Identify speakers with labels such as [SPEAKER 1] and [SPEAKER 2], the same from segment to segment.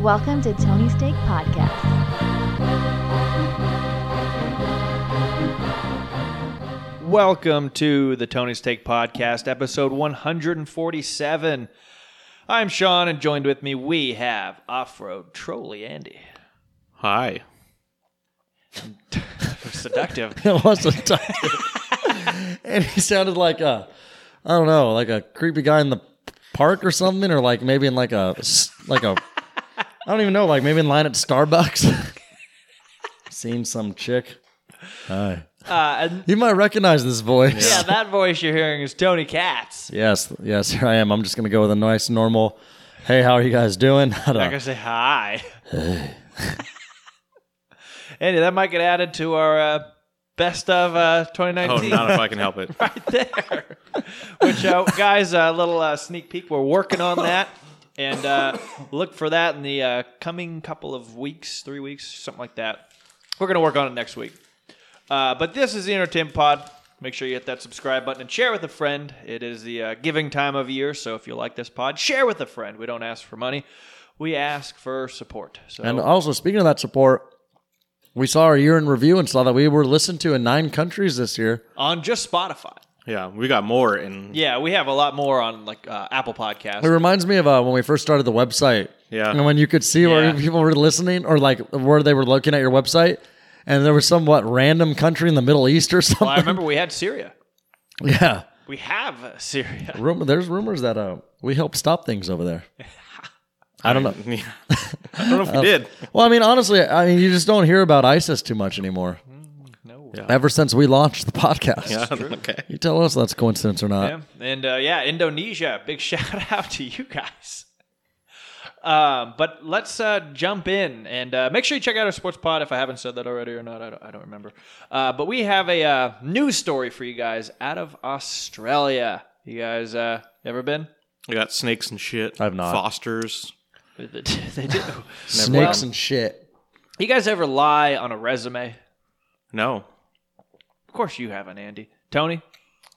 [SPEAKER 1] Welcome to Tony Steak Podcast.
[SPEAKER 2] Welcome to the Tony's Take Podcast, episode 147. I'm Sean, and joined with me we have off-road trolley Andy.
[SPEAKER 3] Hi.
[SPEAKER 2] Seductive.
[SPEAKER 4] It wasn't Tucker. and he sounded like a, I don't know, like a creepy guy in the park or something, or like maybe in like a, s- like a, I don't even know, like maybe in line at Starbucks. Seen some chick. Hi.
[SPEAKER 2] Uh, and
[SPEAKER 4] You might recognize this voice.
[SPEAKER 2] yeah, that voice you're hearing is Tony Katz.
[SPEAKER 4] Yes, yes, here I am. I'm just gonna go with a nice normal. Hey, how are you guys doing? uh, I don't-
[SPEAKER 2] I'm not gonna say hi. Andy, that might get added to our uh, best of uh,
[SPEAKER 3] Oh,
[SPEAKER 2] 2019
[SPEAKER 3] not if I can help it.
[SPEAKER 2] right there. Which, uh, guys, a little uh, sneak peek. We're working on that. And uh, look for that in the uh, coming couple of weeks, three weeks, something like that. We're going to work on it next week. Uh, but this is the Entertainment Pod. Make sure you hit that subscribe button and share with a friend. It is the uh, giving time of year, so if you like this pod, share with a friend. We don't ask for money; we ask for support. So
[SPEAKER 4] And uh, also, speaking of that support, we saw our year in review and saw that we were listened to in nine countries this year.
[SPEAKER 2] on just Spotify,
[SPEAKER 3] Yeah, we got more in.
[SPEAKER 2] yeah, we have a lot more on like uh, Apple Podcasts.
[SPEAKER 4] It reminds me of uh, when we first started the website.
[SPEAKER 3] Yeah.
[SPEAKER 4] And when you could see where
[SPEAKER 2] Yeah.
[SPEAKER 4] people were listening or like where they were looking at your website. And there was some, what, random country in the Middle East or something.
[SPEAKER 2] Well, I remember we had Syria.
[SPEAKER 4] Yeah.
[SPEAKER 2] We have uh, Syria.
[SPEAKER 4] Rumor, there's rumors that uh, we help stop things over there. I don't know. Oh.
[SPEAKER 3] Yeah. I don't know if we did.
[SPEAKER 4] Well, I mean, honestly, I mean, you just don't hear about ISIS too much anymore.
[SPEAKER 2] Mm, No.
[SPEAKER 4] Ever since we launched the podcast.
[SPEAKER 3] Yeah, okay.
[SPEAKER 4] You tell us that's coincidence or not.
[SPEAKER 2] Yeah. And uh, yeah, Indonesia. Big shout out to you guys. Um, but let's uh, jump in and uh, make sure you check out our sports pod if I haven't said that already or not. I don't, I don't remember. Uh, but we have a uh, news story for you guys out of Australia. You guys uh, ever been?
[SPEAKER 3] We got snakes and shit.
[SPEAKER 4] I've not.
[SPEAKER 3] Fosters.
[SPEAKER 2] They do.
[SPEAKER 4] Snakes
[SPEAKER 2] Well-
[SPEAKER 4] and shit.
[SPEAKER 2] you guys ever lie on a resume?
[SPEAKER 3] No.
[SPEAKER 2] Of course you haven't, Andy. Tony?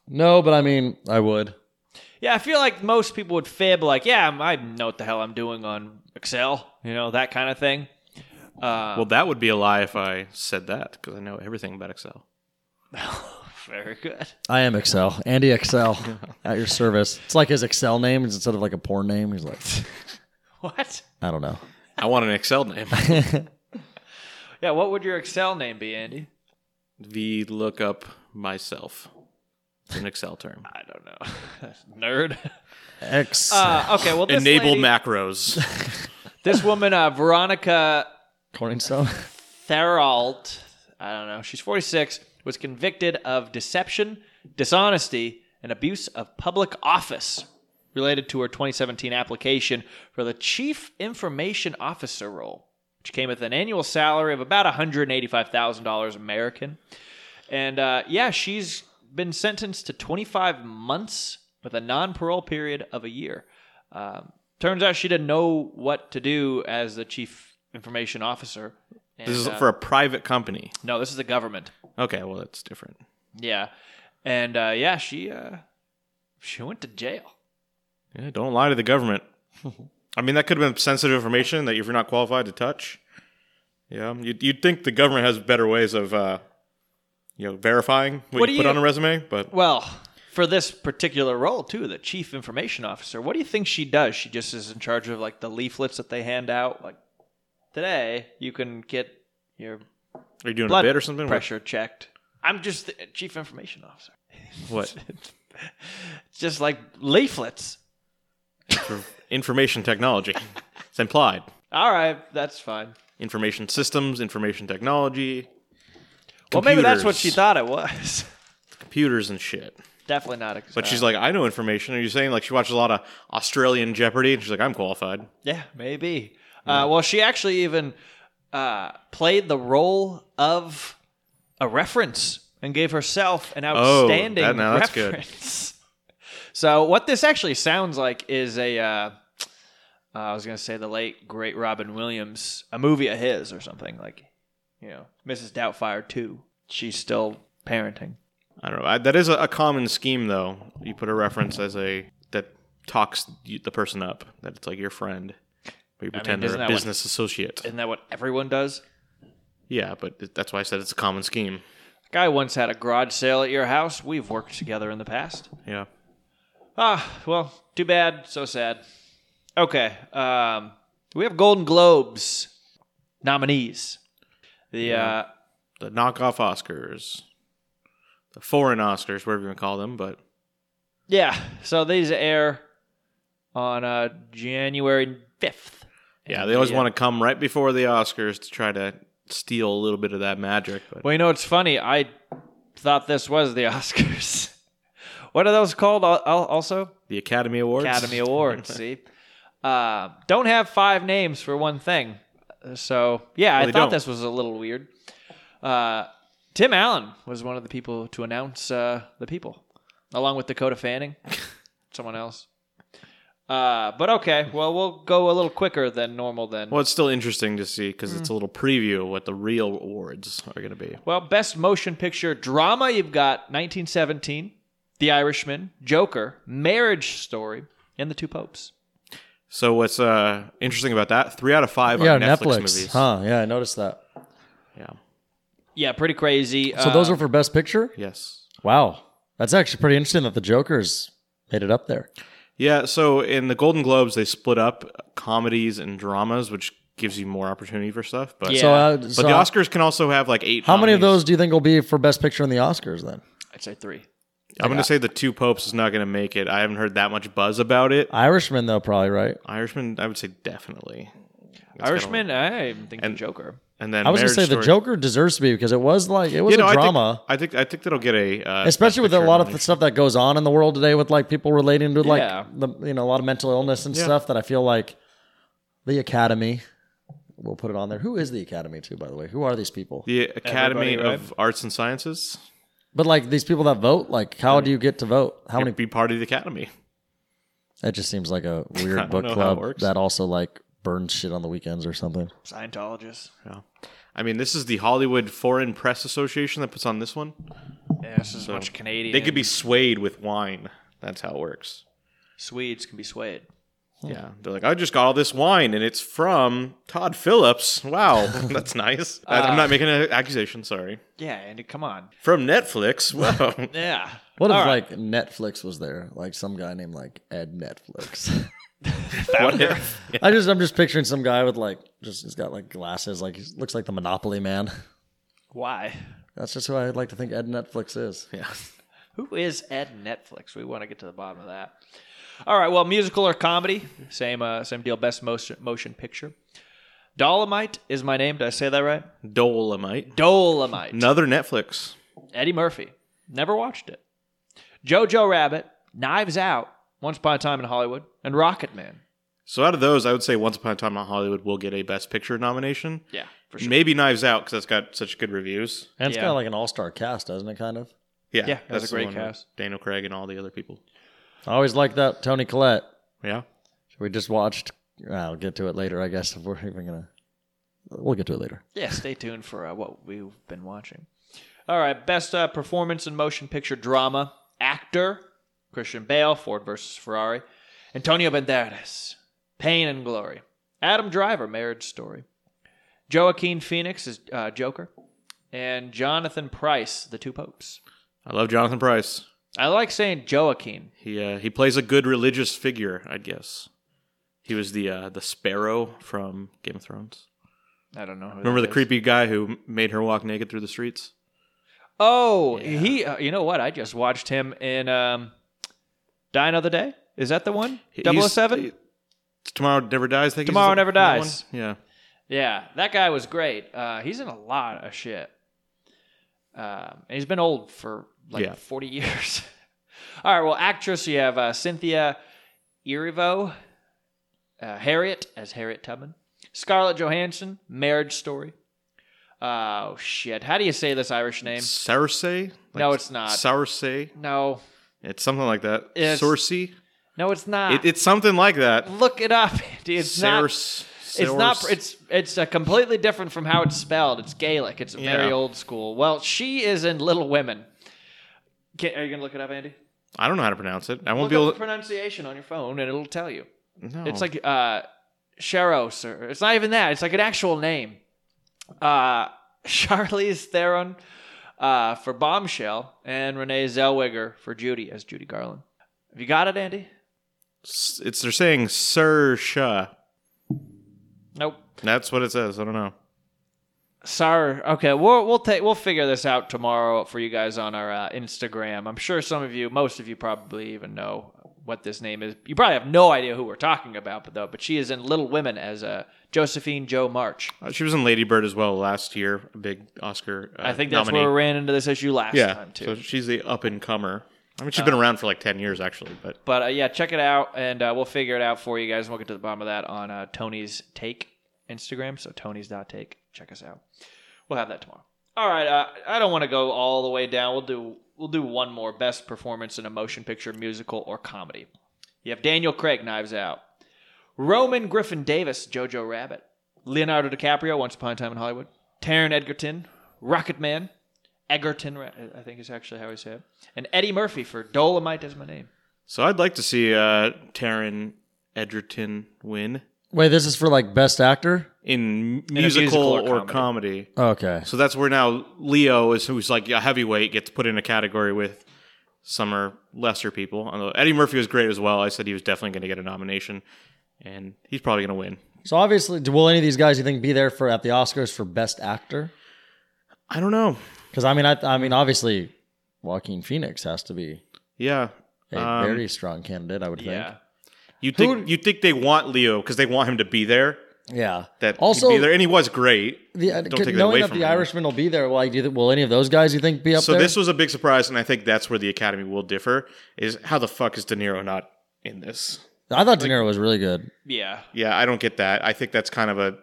[SPEAKER 4] No, but I mean, I would.
[SPEAKER 2] Yeah, I feel like most people would fib like, yeah, I'm- I know what the hell I'm doing on Excel, you know, that kind of thing.
[SPEAKER 3] Well, that would be a lie if I said that because I know everything about Excel.
[SPEAKER 2] Very good.
[SPEAKER 4] I am Excel. Andy Excel at your service. It's like his Excel name is instead of like a porn name. He's like,
[SPEAKER 2] What?
[SPEAKER 4] I don't know.
[SPEAKER 3] I want an Excel name.
[SPEAKER 2] Yeah, what would your Excel name be, Andy?
[SPEAKER 3] v lookup myself. It's an Excel term.
[SPEAKER 2] I don't know. Nerd.
[SPEAKER 4] X.
[SPEAKER 2] Uh, okay, well, this
[SPEAKER 3] Enable
[SPEAKER 2] lady-
[SPEAKER 3] macros.
[SPEAKER 2] This woman, uh, Veronica
[SPEAKER 4] Corningstone.
[SPEAKER 2] Therault, I don't know, she's 46, was convicted of deception, dishonesty, and abuse of public office related to her 2017 application for the Chief Information Officer role, which came with an annual salary of about $185,000 American. And uh, yeah, she's been sentenced to 25 months with a non parole period of a year. Um, turns out she didn't know what to do as the chief information officer. And,
[SPEAKER 3] this is
[SPEAKER 2] uh,
[SPEAKER 3] for a private company.
[SPEAKER 2] no, this is the government.
[SPEAKER 3] Okay, well, that's different.
[SPEAKER 2] Yeah, and uh, yeah, she uh, she went to jail.
[SPEAKER 3] Yeah, don't lie to the government. I mean, that could have been sensitive information that if you're not qualified to touch, yeah, you'd, you'd think the government has better ways of, uh, you know, verifying what,
[SPEAKER 2] What
[SPEAKER 3] you
[SPEAKER 2] do
[SPEAKER 3] put
[SPEAKER 2] you-
[SPEAKER 3] on a resume. But
[SPEAKER 2] Well, for this particular role too, the chief information officer. What do you think she does? She just is in charge of like the leaflets that they hand out. Like today, you can get your
[SPEAKER 3] are you doing
[SPEAKER 2] blood
[SPEAKER 3] a bid or something?
[SPEAKER 2] pressure checked. I'm just the chief information officer.
[SPEAKER 3] What?
[SPEAKER 2] It's just like leaflets.
[SPEAKER 3] For information technology. It's implied.
[SPEAKER 2] All right, that's fine.
[SPEAKER 3] Information systems, information technology,
[SPEAKER 2] Well, maybe that's what
[SPEAKER 3] Computers.
[SPEAKER 2] she thought it was.
[SPEAKER 3] computers and shit.
[SPEAKER 2] Definitely not.
[SPEAKER 3] But she's like, I know information. Are you saying like she watches a lot of Australian Jeopardy? And she's like, I'm qualified.
[SPEAKER 2] Yeah, maybe. Uh, well, she actually even uh, played the role of a reference and gave herself an outstanding
[SPEAKER 3] Oh, that- now that's good.
[SPEAKER 2] reference. So, what this actually sounds like is a. Uh, uh, I was gonna say the late great Robin Williams, a movie of his or something like, you know, Mrs. Doubtfire too. She's still parenting.
[SPEAKER 3] I don't know. I, that is a, a common scheme, though. You put a reference as a that talks you, the person up. That it's like your friend. We pretend
[SPEAKER 2] isn't
[SPEAKER 3] they're a
[SPEAKER 2] that what-
[SPEAKER 3] business associate.
[SPEAKER 2] Isn't that what everyone does?
[SPEAKER 3] yeah, but it- that's why I said it's a common scheme.
[SPEAKER 2] Guy once had a garage sale at your house. We've worked together in the past.
[SPEAKER 3] Yeah.
[SPEAKER 2] Ah, well, too bad. So sad. Okay. Um, we have Golden Globes nominees. The uh,
[SPEAKER 3] The knockoff Oscars, the foreign Oscars, whatever you want to call them, but
[SPEAKER 2] yeah. So these air on uh, January fifth.
[SPEAKER 3] yeah, they always want to come right before the Oscars to try to steal a little bit of that magic. But
[SPEAKER 2] Well, you know, it's funny. I thought this was the Oscars. what are those called? al- al- Also,
[SPEAKER 3] the Academy Awards,
[SPEAKER 2] Academy Awards. see, uh, don't have five names for one thing. So yeah, I
[SPEAKER 3] they
[SPEAKER 2] thought
[SPEAKER 3] don't.
[SPEAKER 2] this was a little weird. Uh, Tim Allen was one of the people to announce uh, the people, along with Dakota Fanning, someone else. Uh, but okay, well we'll go a little quicker than normal then.
[SPEAKER 3] Well, it's still interesting to see because
[SPEAKER 2] Mm.
[SPEAKER 3] it's a little preview of what the real awards are going to be.
[SPEAKER 2] Well, best motion picture drama, you've got 1917, The Irishman, Joker, Marriage Story, and The Two Popes.
[SPEAKER 3] So what's uh, interesting about that? Three out of five
[SPEAKER 4] yeah,
[SPEAKER 3] are Netflix,
[SPEAKER 4] Netflix,
[SPEAKER 3] movies.
[SPEAKER 4] huh? Yeah, I noticed that.
[SPEAKER 3] Yeah.
[SPEAKER 2] Yeah, pretty crazy.
[SPEAKER 4] So
[SPEAKER 2] Uh,
[SPEAKER 4] those are for Best Picture.
[SPEAKER 3] Yes.
[SPEAKER 4] Wow, that's actually pretty interesting that the Joker's made it up there.
[SPEAKER 3] Yeah. So in the Golden Globes, they split up comedies and dramas, which gives you more opportunity for stuff. But
[SPEAKER 2] Yeah.
[SPEAKER 4] So, uh,
[SPEAKER 3] but
[SPEAKER 4] so
[SPEAKER 3] the Oscars can also have like eight.
[SPEAKER 4] how many of
[SPEAKER 3] nominees.
[SPEAKER 4] those do you think will be for Best Picture in the Oscars then?
[SPEAKER 2] I'd say three.
[SPEAKER 3] I'm going to say the Two Popes is not going to make it. I haven't heard that much buzz about it.
[SPEAKER 4] Irishman, though, probably right.
[SPEAKER 3] Irishman, I would say definitely.
[SPEAKER 2] Irishman, I even think
[SPEAKER 3] And
[SPEAKER 2] The Joker.
[SPEAKER 3] And then
[SPEAKER 4] I was gonna
[SPEAKER 3] Marriage
[SPEAKER 4] say the
[SPEAKER 3] Story-
[SPEAKER 4] Joker deserves to be because it was like it was
[SPEAKER 3] You know,
[SPEAKER 4] a
[SPEAKER 3] I think-
[SPEAKER 4] drama,
[SPEAKER 3] I think I think that'll get a uh,
[SPEAKER 4] especially with a
[SPEAKER 3] Picture
[SPEAKER 4] lot of the
[SPEAKER 3] nomination.
[SPEAKER 4] stuff that goes on in the world today with like people relating to like
[SPEAKER 2] Yeah.
[SPEAKER 4] the you know a lot of mental illness and
[SPEAKER 3] Yeah.
[SPEAKER 4] stuff. That I feel like the Academy will put it on there. Who is the Academy too, by the way? Who are these people?
[SPEAKER 3] the Academy
[SPEAKER 2] Everybody,
[SPEAKER 3] of Arts and Sciences.
[SPEAKER 4] But like these people that vote, like how do you get to vote? How many?
[SPEAKER 3] Be part of the Academy.
[SPEAKER 4] That just seems like a
[SPEAKER 3] I
[SPEAKER 4] weird
[SPEAKER 3] don't
[SPEAKER 4] book
[SPEAKER 3] know how it
[SPEAKER 4] club
[SPEAKER 3] works.
[SPEAKER 4] that also like burns shit on the weekends or something.
[SPEAKER 2] Scientologist.
[SPEAKER 3] Yeah. I mean, this is the Hollywood Foreign Press Association that puts on this one.
[SPEAKER 2] Yeah, this is a bunch of Canadian.
[SPEAKER 3] They could be swayed with wine. That's how it works.
[SPEAKER 2] Swedes can be swayed.
[SPEAKER 3] Yeah. They're like, I just got all this wine and it's from Todd Phillips. Wow. That's nice. I-
[SPEAKER 2] Uh,
[SPEAKER 3] I'm not making an accusation. Sorry.
[SPEAKER 2] Yeah, Andy, come on.
[SPEAKER 3] From Netflix. Wow.
[SPEAKER 2] Yeah.
[SPEAKER 4] What if
[SPEAKER 2] All right.
[SPEAKER 4] like Netflix was there, like some guy named like Ed Netflix?
[SPEAKER 3] what if?
[SPEAKER 4] I just I'm just picturing some guy with like just he's got like glasses, like he looks like the Monopoly man.
[SPEAKER 2] Why?
[SPEAKER 4] That's just who I'd like to think Ed Netflix is.
[SPEAKER 3] Yeah.
[SPEAKER 2] Who is Ed Netflix? We want to get to the bottom of that. All right. Well, musical or comedy, same uh, same deal. Best motion motion picture. Dolomite is my name. Did I say that right?
[SPEAKER 3] Dolomite.
[SPEAKER 2] Dolomite.
[SPEAKER 3] Another Netflix.
[SPEAKER 2] Eddie Murphy. Never watched it. Jojo Rabbit. Knives Out. Once Upon a Time in Hollywood. And Rocket Man.
[SPEAKER 3] So out of those, I would say Once Upon a Time in Hollywood will get a Best Picture nomination.
[SPEAKER 2] Yeah, for sure.
[SPEAKER 3] Maybe Knives Out because that's got such good reviews.
[SPEAKER 4] And it's
[SPEAKER 2] Yeah.
[SPEAKER 4] kind of like an all star cast, doesn't it? Kind of.
[SPEAKER 3] Yeah,
[SPEAKER 2] Yeah, that's a
[SPEAKER 3] the
[SPEAKER 2] great
[SPEAKER 3] one with
[SPEAKER 2] cast.
[SPEAKER 3] Daniel Craig and all the other people.
[SPEAKER 4] I always like that Tony Collette.
[SPEAKER 3] Yeah.
[SPEAKER 4] We just watched. I'll get to it later, I guess. If we're even gonna, we'll get to it later.
[SPEAKER 2] Yeah, stay tuned for uh, what we've been watching. All right, best uh, performance in motion picture drama actor Christian Bale, Ford versus Ferrari, Antonio Banderas, Pain and Glory, Adam Driver, Marriage Story, Joaquin Phoenix is uh, Joker, and Jonathan Price, The Two Popes.
[SPEAKER 3] I love Jonathan Price.
[SPEAKER 2] I like saying Joaquin.
[SPEAKER 3] He uh, he plays a good religious figure, I'd guess. He was the uh, the sparrow from Game of Thrones.
[SPEAKER 2] I don't know. Who
[SPEAKER 3] Remember
[SPEAKER 2] that
[SPEAKER 3] the
[SPEAKER 2] is.
[SPEAKER 3] creepy guy who made her walk naked through the streets?
[SPEAKER 2] Oh, he. Uh, you know what? I just watched him in um, Die Another Day. Is that the one?
[SPEAKER 3] He- he's-
[SPEAKER 2] 007?
[SPEAKER 3] he- Tomorrow Never Dies. I think he's
[SPEAKER 2] Tomorrow
[SPEAKER 3] the-
[SPEAKER 2] Never
[SPEAKER 3] that
[SPEAKER 2] Dies.
[SPEAKER 3] one. Yeah.
[SPEAKER 2] Yeah, that guy was great. Uh, he's in a lot of shit. Um, and he's been old for like
[SPEAKER 3] Yeah.
[SPEAKER 2] 40 years. All right, well, actress, you have uh, Cynthia Erivo, uh, Harriet as Harriet Tubman, Scarlett Johansson, Marriage Story. Oh, shit. How do you say this Irish name?
[SPEAKER 3] Sarse?
[SPEAKER 2] No, it's not.
[SPEAKER 3] Sarse?
[SPEAKER 2] No,
[SPEAKER 3] It's something like that.
[SPEAKER 2] It's-
[SPEAKER 3] Sorcy?
[SPEAKER 2] no, it's not.
[SPEAKER 3] It, it's something like that.
[SPEAKER 2] Look it up. Andy. It's not.
[SPEAKER 3] Sars-
[SPEAKER 2] It's not.
[SPEAKER 3] Sars-
[SPEAKER 2] It's it's uh, completely different from how it's spelled. It's Gaelic. It's very
[SPEAKER 3] Yeah.
[SPEAKER 2] old school. Well, she is in Little Women. Can, are you gonna look it up, Andy?
[SPEAKER 3] I don't know how to Oh. pronounce it. I won't
[SPEAKER 2] Look
[SPEAKER 3] be able
[SPEAKER 2] up the
[SPEAKER 3] to.
[SPEAKER 2] pronunciation on your phone, and it'll tell you.
[SPEAKER 3] No.
[SPEAKER 2] It's like uh, Sheros, or it's not even that. It's like an actual name. Uh, Charlize Theron uh, for Bombshell and Renee Zellweger for Judy as Judy Garland. Have you got it, Andy?
[SPEAKER 3] S- It's they're saying Sersha.
[SPEAKER 2] Nope.
[SPEAKER 3] That's what it says. I don't know.
[SPEAKER 2] Sorry. Okay, we'll we'll take we'll figure this out tomorrow for you guys on our uh, Instagram. I'm sure some of you, most of you, probably even know what this name is. You probably have no idea who we're talking about, but though, but she is in Little Women as uh, Josephine Joe March.
[SPEAKER 3] Uh, she was in Lady Bird as well last year, a big Oscar. Uh,
[SPEAKER 2] I think that's
[SPEAKER 3] nominee.
[SPEAKER 2] where we ran into this issue last
[SPEAKER 3] yeah.
[SPEAKER 2] time too. Uh,
[SPEAKER 3] So she's the up and comer. I mean, she's been around for like ten years actually, but
[SPEAKER 2] But uh, yeah, check it out, and uh, we'll figure it out for you guys. And we'll get to the bottom of that on uh, Tony's Take Instagram. So Tony's dot Take, check us out. We'll have that tomorrow. All right, uh, I don't want to go all the way down. We'll do we'll do one more best performance in a motion picture, musical, or comedy. You have Daniel Craig, Knives Out, Roman Griffin Davis, Jojo Rabbit, Leonardo DiCaprio, Once Upon a Time in Hollywood, Taron Egerton, Rocket Man, Egerton, Ra- I think is actually how he say it, and Eddie Murphy for Dolomite is my name.
[SPEAKER 3] So I'd like to see uh, Taryn Edgerton win
[SPEAKER 4] Wait, this is for like best actor?
[SPEAKER 3] in musical,
[SPEAKER 2] musical
[SPEAKER 3] or,
[SPEAKER 2] or
[SPEAKER 3] comedy.
[SPEAKER 2] comedy.
[SPEAKER 4] Okay.
[SPEAKER 3] So that's where now Leo is, who's like a heavyweight, gets put in a category with some are lesser people. Although Eddie Murphy was great as well. I said he was definitely going to get a nomination, and he's probably going to win.
[SPEAKER 4] So obviously, do- will any of these guys you think be there for at the Oscars for best actor?
[SPEAKER 3] I don't know.
[SPEAKER 4] Because I mean, I, I mean, obviously, Joaquin Phoenix has to be
[SPEAKER 3] Yeah,
[SPEAKER 4] a
[SPEAKER 3] Um,
[SPEAKER 4] very strong candidate. I would
[SPEAKER 2] Yeah.
[SPEAKER 3] you think you think they want Leo because they want him to be there.
[SPEAKER 4] think. Yeah.
[SPEAKER 3] That he'd
[SPEAKER 4] also
[SPEAKER 3] be there, and he was great.
[SPEAKER 4] the, uh,
[SPEAKER 3] Don't take that away
[SPEAKER 4] knowing that
[SPEAKER 3] from
[SPEAKER 4] the
[SPEAKER 3] him.
[SPEAKER 4] Irishman will be there, like, do you think, will any of those guys you think be up
[SPEAKER 3] So
[SPEAKER 4] there?
[SPEAKER 3] this was a big surprise, and I think that's where the Academy will differ. Is how the fuck is De Niro not in this?
[SPEAKER 4] I thought De Niro was really good,
[SPEAKER 2] Yeah.
[SPEAKER 3] Yeah, I don't get that. I think that's kind of a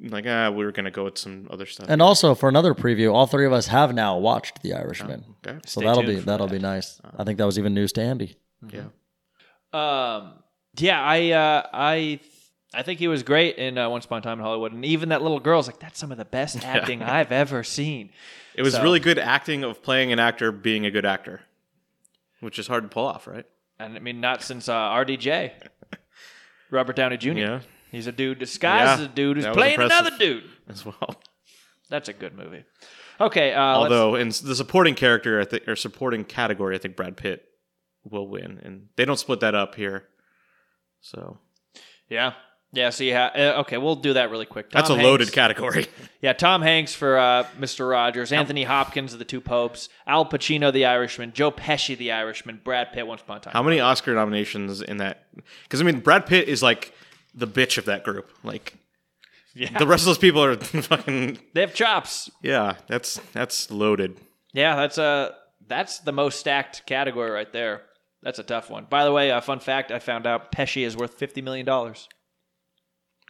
[SPEAKER 3] like ah, we were gonna go with some other stuff.
[SPEAKER 4] and also for another preview, all three of us have now watched the Irishman,
[SPEAKER 3] okay,
[SPEAKER 4] so
[SPEAKER 2] Stay
[SPEAKER 4] that'll
[SPEAKER 2] tuned
[SPEAKER 4] be
[SPEAKER 2] for
[SPEAKER 4] that'll
[SPEAKER 2] that.
[SPEAKER 4] be nice.
[SPEAKER 3] Uh-huh.
[SPEAKER 4] I think that was even news to Andy.
[SPEAKER 3] yeah,
[SPEAKER 4] Mm-hmm.
[SPEAKER 2] Um. Yeah. I. Uh, I. I think he was great in uh, Once Upon a Time in Hollywood, and even that little girl's like, "That's some of the best acting I've ever seen."
[SPEAKER 3] it was
[SPEAKER 2] So-
[SPEAKER 3] really good acting of playing an actor being a good actor, which is hard to pull off, right?
[SPEAKER 2] And I mean, not since uh, RDJ, Robert Downey Jr.
[SPEAKER 3] Yeah,
[SPEAKER 2] He's a dude disguised
[SPEAKER 3] Yeah,
[SPEAKER 2] as a dude who's
[SPEAKER 3] that was
[SPEAKER 2] playing
[SPEAKER 3] impressive.
[SPEAKER 2] another dude.
[SPEAKER 3] as well.
[SPEAKER 2] That's a good movie. Okay. Uh, Although
[SPEAKER 3] Although in s- the supporting character, I think, or supporting category, I think Brad Pitt will win, and they don't split that up here. So
[SPEAKER 2] yeah. Yeah, so yeah, uh, okay, we'll do that really quick. Tom
[SPEAKER 3] that's a loaded
[SPEAKER 2] Hanks-
[SPEAKER 3] category.
[SPEAKER 2] Yeah, Tom Hanks for uh, Mr. Rogers, Anthony Hopkins of the Two Popes, Al Pacino the Irishman, Joe Pesci the Irishman, Brad Pitt Once Upon a Time.
[SPEAKER 3] How many Oscar nominations in that? Because I mean, Brad Pitt is like the bitch of that group. Like
[SPEAKER 2] Yeah.
[SPEAKER 3] the rest of those people are fucking
[SPEAKER 2] They have chops.
[SPEAKER 3] yeah. That's that's loaded.
[SPEAKER 2] Yeah, that's uh that's the most stacked category right there. That's a tough one. By the way, a fun fact I found out Pesci is worth fifty million dollars.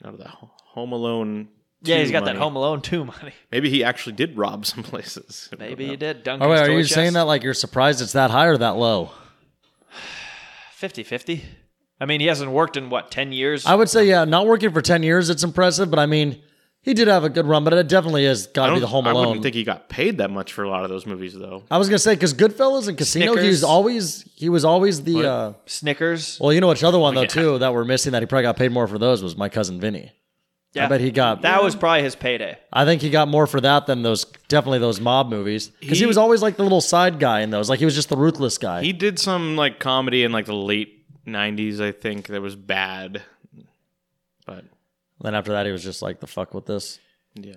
[SPEAKER 3] Out of the Ho- Home Alone.
[SPEAKER 2] Yeah,
[SPEAKER 3] 2
[SPEAKER 2] he's got
[SPEAKER 3] money.
[SPEAKER 2] that Home Alone two money.
[SPEAKER 3] Maybe he actually did rob some places.
[SPEAKER 2] Maybe he did. Duncan.
[SPEAKER 4] Oh wait, are you saying that like you're surprised it's that high or that low?
[SPEAKER 2] 50-50? I mean, he hasn't worked in what ten years.
[SPEAKER 4] I would say yeah, not working for ten years, it's impressive, but I mean, he did have a good run, but it definitely has got
[SPEAKER 3] I
[SPEAKER 4] to
[SPEAKER 3] don't.
[SPEAKER 4] be the Home
[SPEAKER 3] I
[SPEAKER 4] Alone.
[SPEAKER 3] wouldn't think he got paid that much for a lot of those movies, though.
[SPEAKER 4] I was gonna say because Goodfellas and Casino, he
[SPEAKER 2] Snickers.
[SPEAKER 4] was always he was always the. Uh,
[SPEAKER 2] Snickers.
[SPEAKER 4] well, you know which other one though too that we're missing that he probably got paid more for those was my cousin Vinny.
[SPEAKER 2] Yeah,
[SPEAKER 4] I bet he got.
[SPEAKER 2] that was probably his payday.
[SPEAKER 4] I think he got more for that than those definitely those mob movies because he,
[SPEAKER 3] He-
[SPEAKER 4] was always like the little side guy in those. Like he was just the ruthless guy.
[SPEAKER 3] He did some like comedy in like the late '90s, I think. That was bad, but
[SPEAKER 4] then after that, he was just like the fuck with this.
[SPEAKER 3] yeah.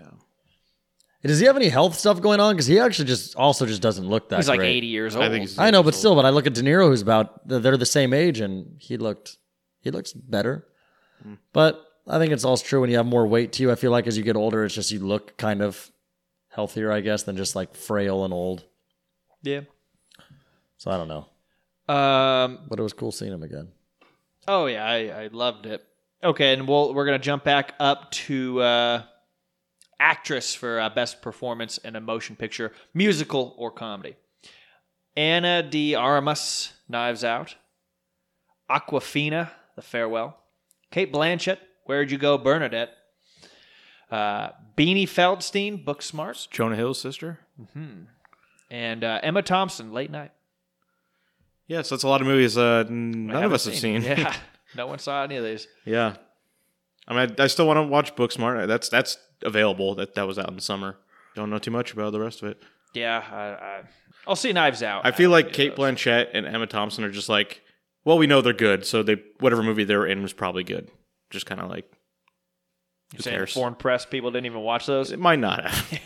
[SPEAKER 4] Does he have any health stuff going on? Because he actually just also just doesn't look that.
[SPEAKER 2] He's like
[SPEAKER 4] great.
[SPEAKER 2] eighty years old.
[SPEAKER 3] I think he's-
[SPEAKER 4] I know, but still, but I look at De Niro, who's about they're the same age, and he looked he looks better. But I think it's also true when you have more weight to you. I feel like as you get older, it's just you look kind of healthier, I guess, than just like frail and old.
[SPEAKER 2] yeah.
[SPEAKER 4] So I don't know,
[SPEAKER 2] Um.
[SPEAKER 4] but it was cool seeing him again.
[SPEAKER 2] Oh yeah, I, I loved it. Okay, and we'll we're gonna jump back up to uh, actress for uh, best performance in a motion picture, musical or comedy. Anna de Armas, Knives Out. Aquafina, The Farewell. Kate Blanchett, Where'd You Go, Bernadette. Uh, Beanie Feldstein, Book Smart,
[SPEAKER 3] Jonah Hill's sister.
[SPEAKER 2] and uh, Emma Thompson, Late Night.
[SPEAKER 3] Yes, that's a lot of movies uh,
[SPEAKER 2] I
[SPEAKER 3] none of
[SPEAKER 2] haven't
[SPEAKER 3] us have seen.
[SPEAKER 2] Yeah, no one saw any of these.
[SPEAKER 3] Yeah. I mean, I, I still want to watch Booksmart. That's that's available. That that was out in the summer. Don't know too much about the rest of it.
[SPEAKER 2] Yeah, I, I, I'll see Knives Out.
[SPEAKER 3] I feel
[SPEAKER 2] don't
[SPEAKER 3] like
[SPEAKER 2] get
[SPEAKER 3] Kate
[SPEAKER 2] those.
[SPEAKER 3] Blanchett and Emma Thompson are just like, well, we know they're good, so they whatever movie they were in was probably good. Just kind of like,
[SPEAKER 2] You're
[SPEAKER 3] who
[SPEAKER 2] saying
[SPEAKER 3] cares?
[SPEAKER 2] Foreign press people didn't even watch those.
[SPEAKER 3] It might not have.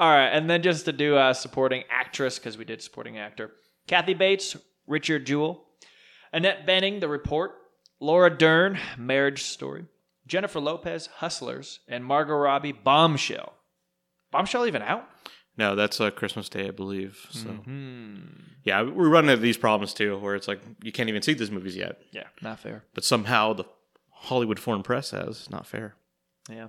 [SPEAKER 2] All right, and then just to do uh, supporting actress because we did supporting actor: Kathy Bates, Richard Jewell, Annette Benning, The Report, Laura Dern, Marriage Story, Jennifer Lopez, Hustlers, and Margot Robbie, Bombshell. Bombshell even out?
[SPEAKER 3] no, that's uh, Christmas Day, I believe. So
[SPEAKER 2] Mm-hmm.
[SPEAKER 3] yeah, we're running into these problems too, where it's like you can't even see these movies yet,
[SPEAKER 2] Yeah, not fair.
[SPEAKER 3] but somehow the Hollywood Foreign Press has. It's Not fair.
[SPEAKER 2] Yeah.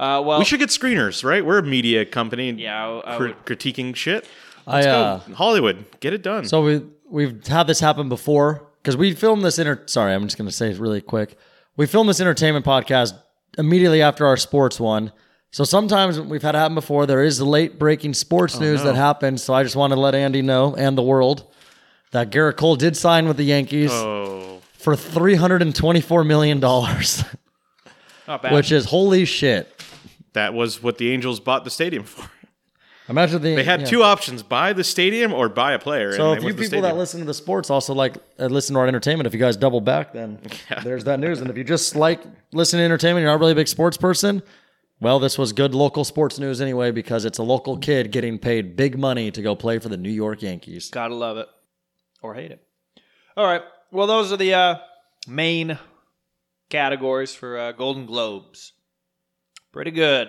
[SPEAKER 2] Uh, well,
[SPEAKER 3] we should get screeners, right? We're a media company. and
[SPEAKER 2] Yeah, I- I
[SPEAKER 3] cri-
[SPEAKER 2] would-
[SPEAKER 3] critiquing shit.
[SPEAKER 4] I uh,
[SPEAKER 3] Go, Hollywood, get it done.
[SPEAKER 4] So we we've had this happen before because we filmed this inter. Sorry, I'm just gonna say it really quick. We filmed this entertainment podcast immediately after our sports one. So sometimes we've had it happen before. There is late breaking sports
[SPEAKER 3] Oh,
[SPEAKER 4] news that happens. So I just want to let Andy know and the world that Garrett Cole did sign with the Yankees
[SPEAKER 3] oh,
[SPEAKER 4] for three hundred and twenty four million dollars,
[SPEAKER 2] not bad.
[SPEAKER 4] which is holy shit.
[SPEAKER 3] that was what the Angels bought the stadium for.
[SPEAKER 4] Imagine the,
[SPEAKER 3] They had
[SPEAKER 4] yeah.
[SPEAKER 3] two options: buy the stadium or buy a player.
[SPEAKER 4] So
[SPEAKER 3] and
[SPEAKER 4] if
[SPEAKER 3] they
[SPEAKER 4] you
[SPEAKER 3] went to the
[SPEAKER 4] people that
[SPEAKER 3] stadium.
[SPEAKER 4] listen to the sports also like uh, listen to our entertainment, if you guys double back, then there's that news. And if you just like listen to entertainment, you're not really a big sports person. Well, this was good local sports news anyway because it's a local kid getting paid big money to go play for the New York Yankees.
[SPEAKER 2] Gotta love it or hate it. All right. Well, those are the uh, main categories for uh, Golden Globes. Pretty good.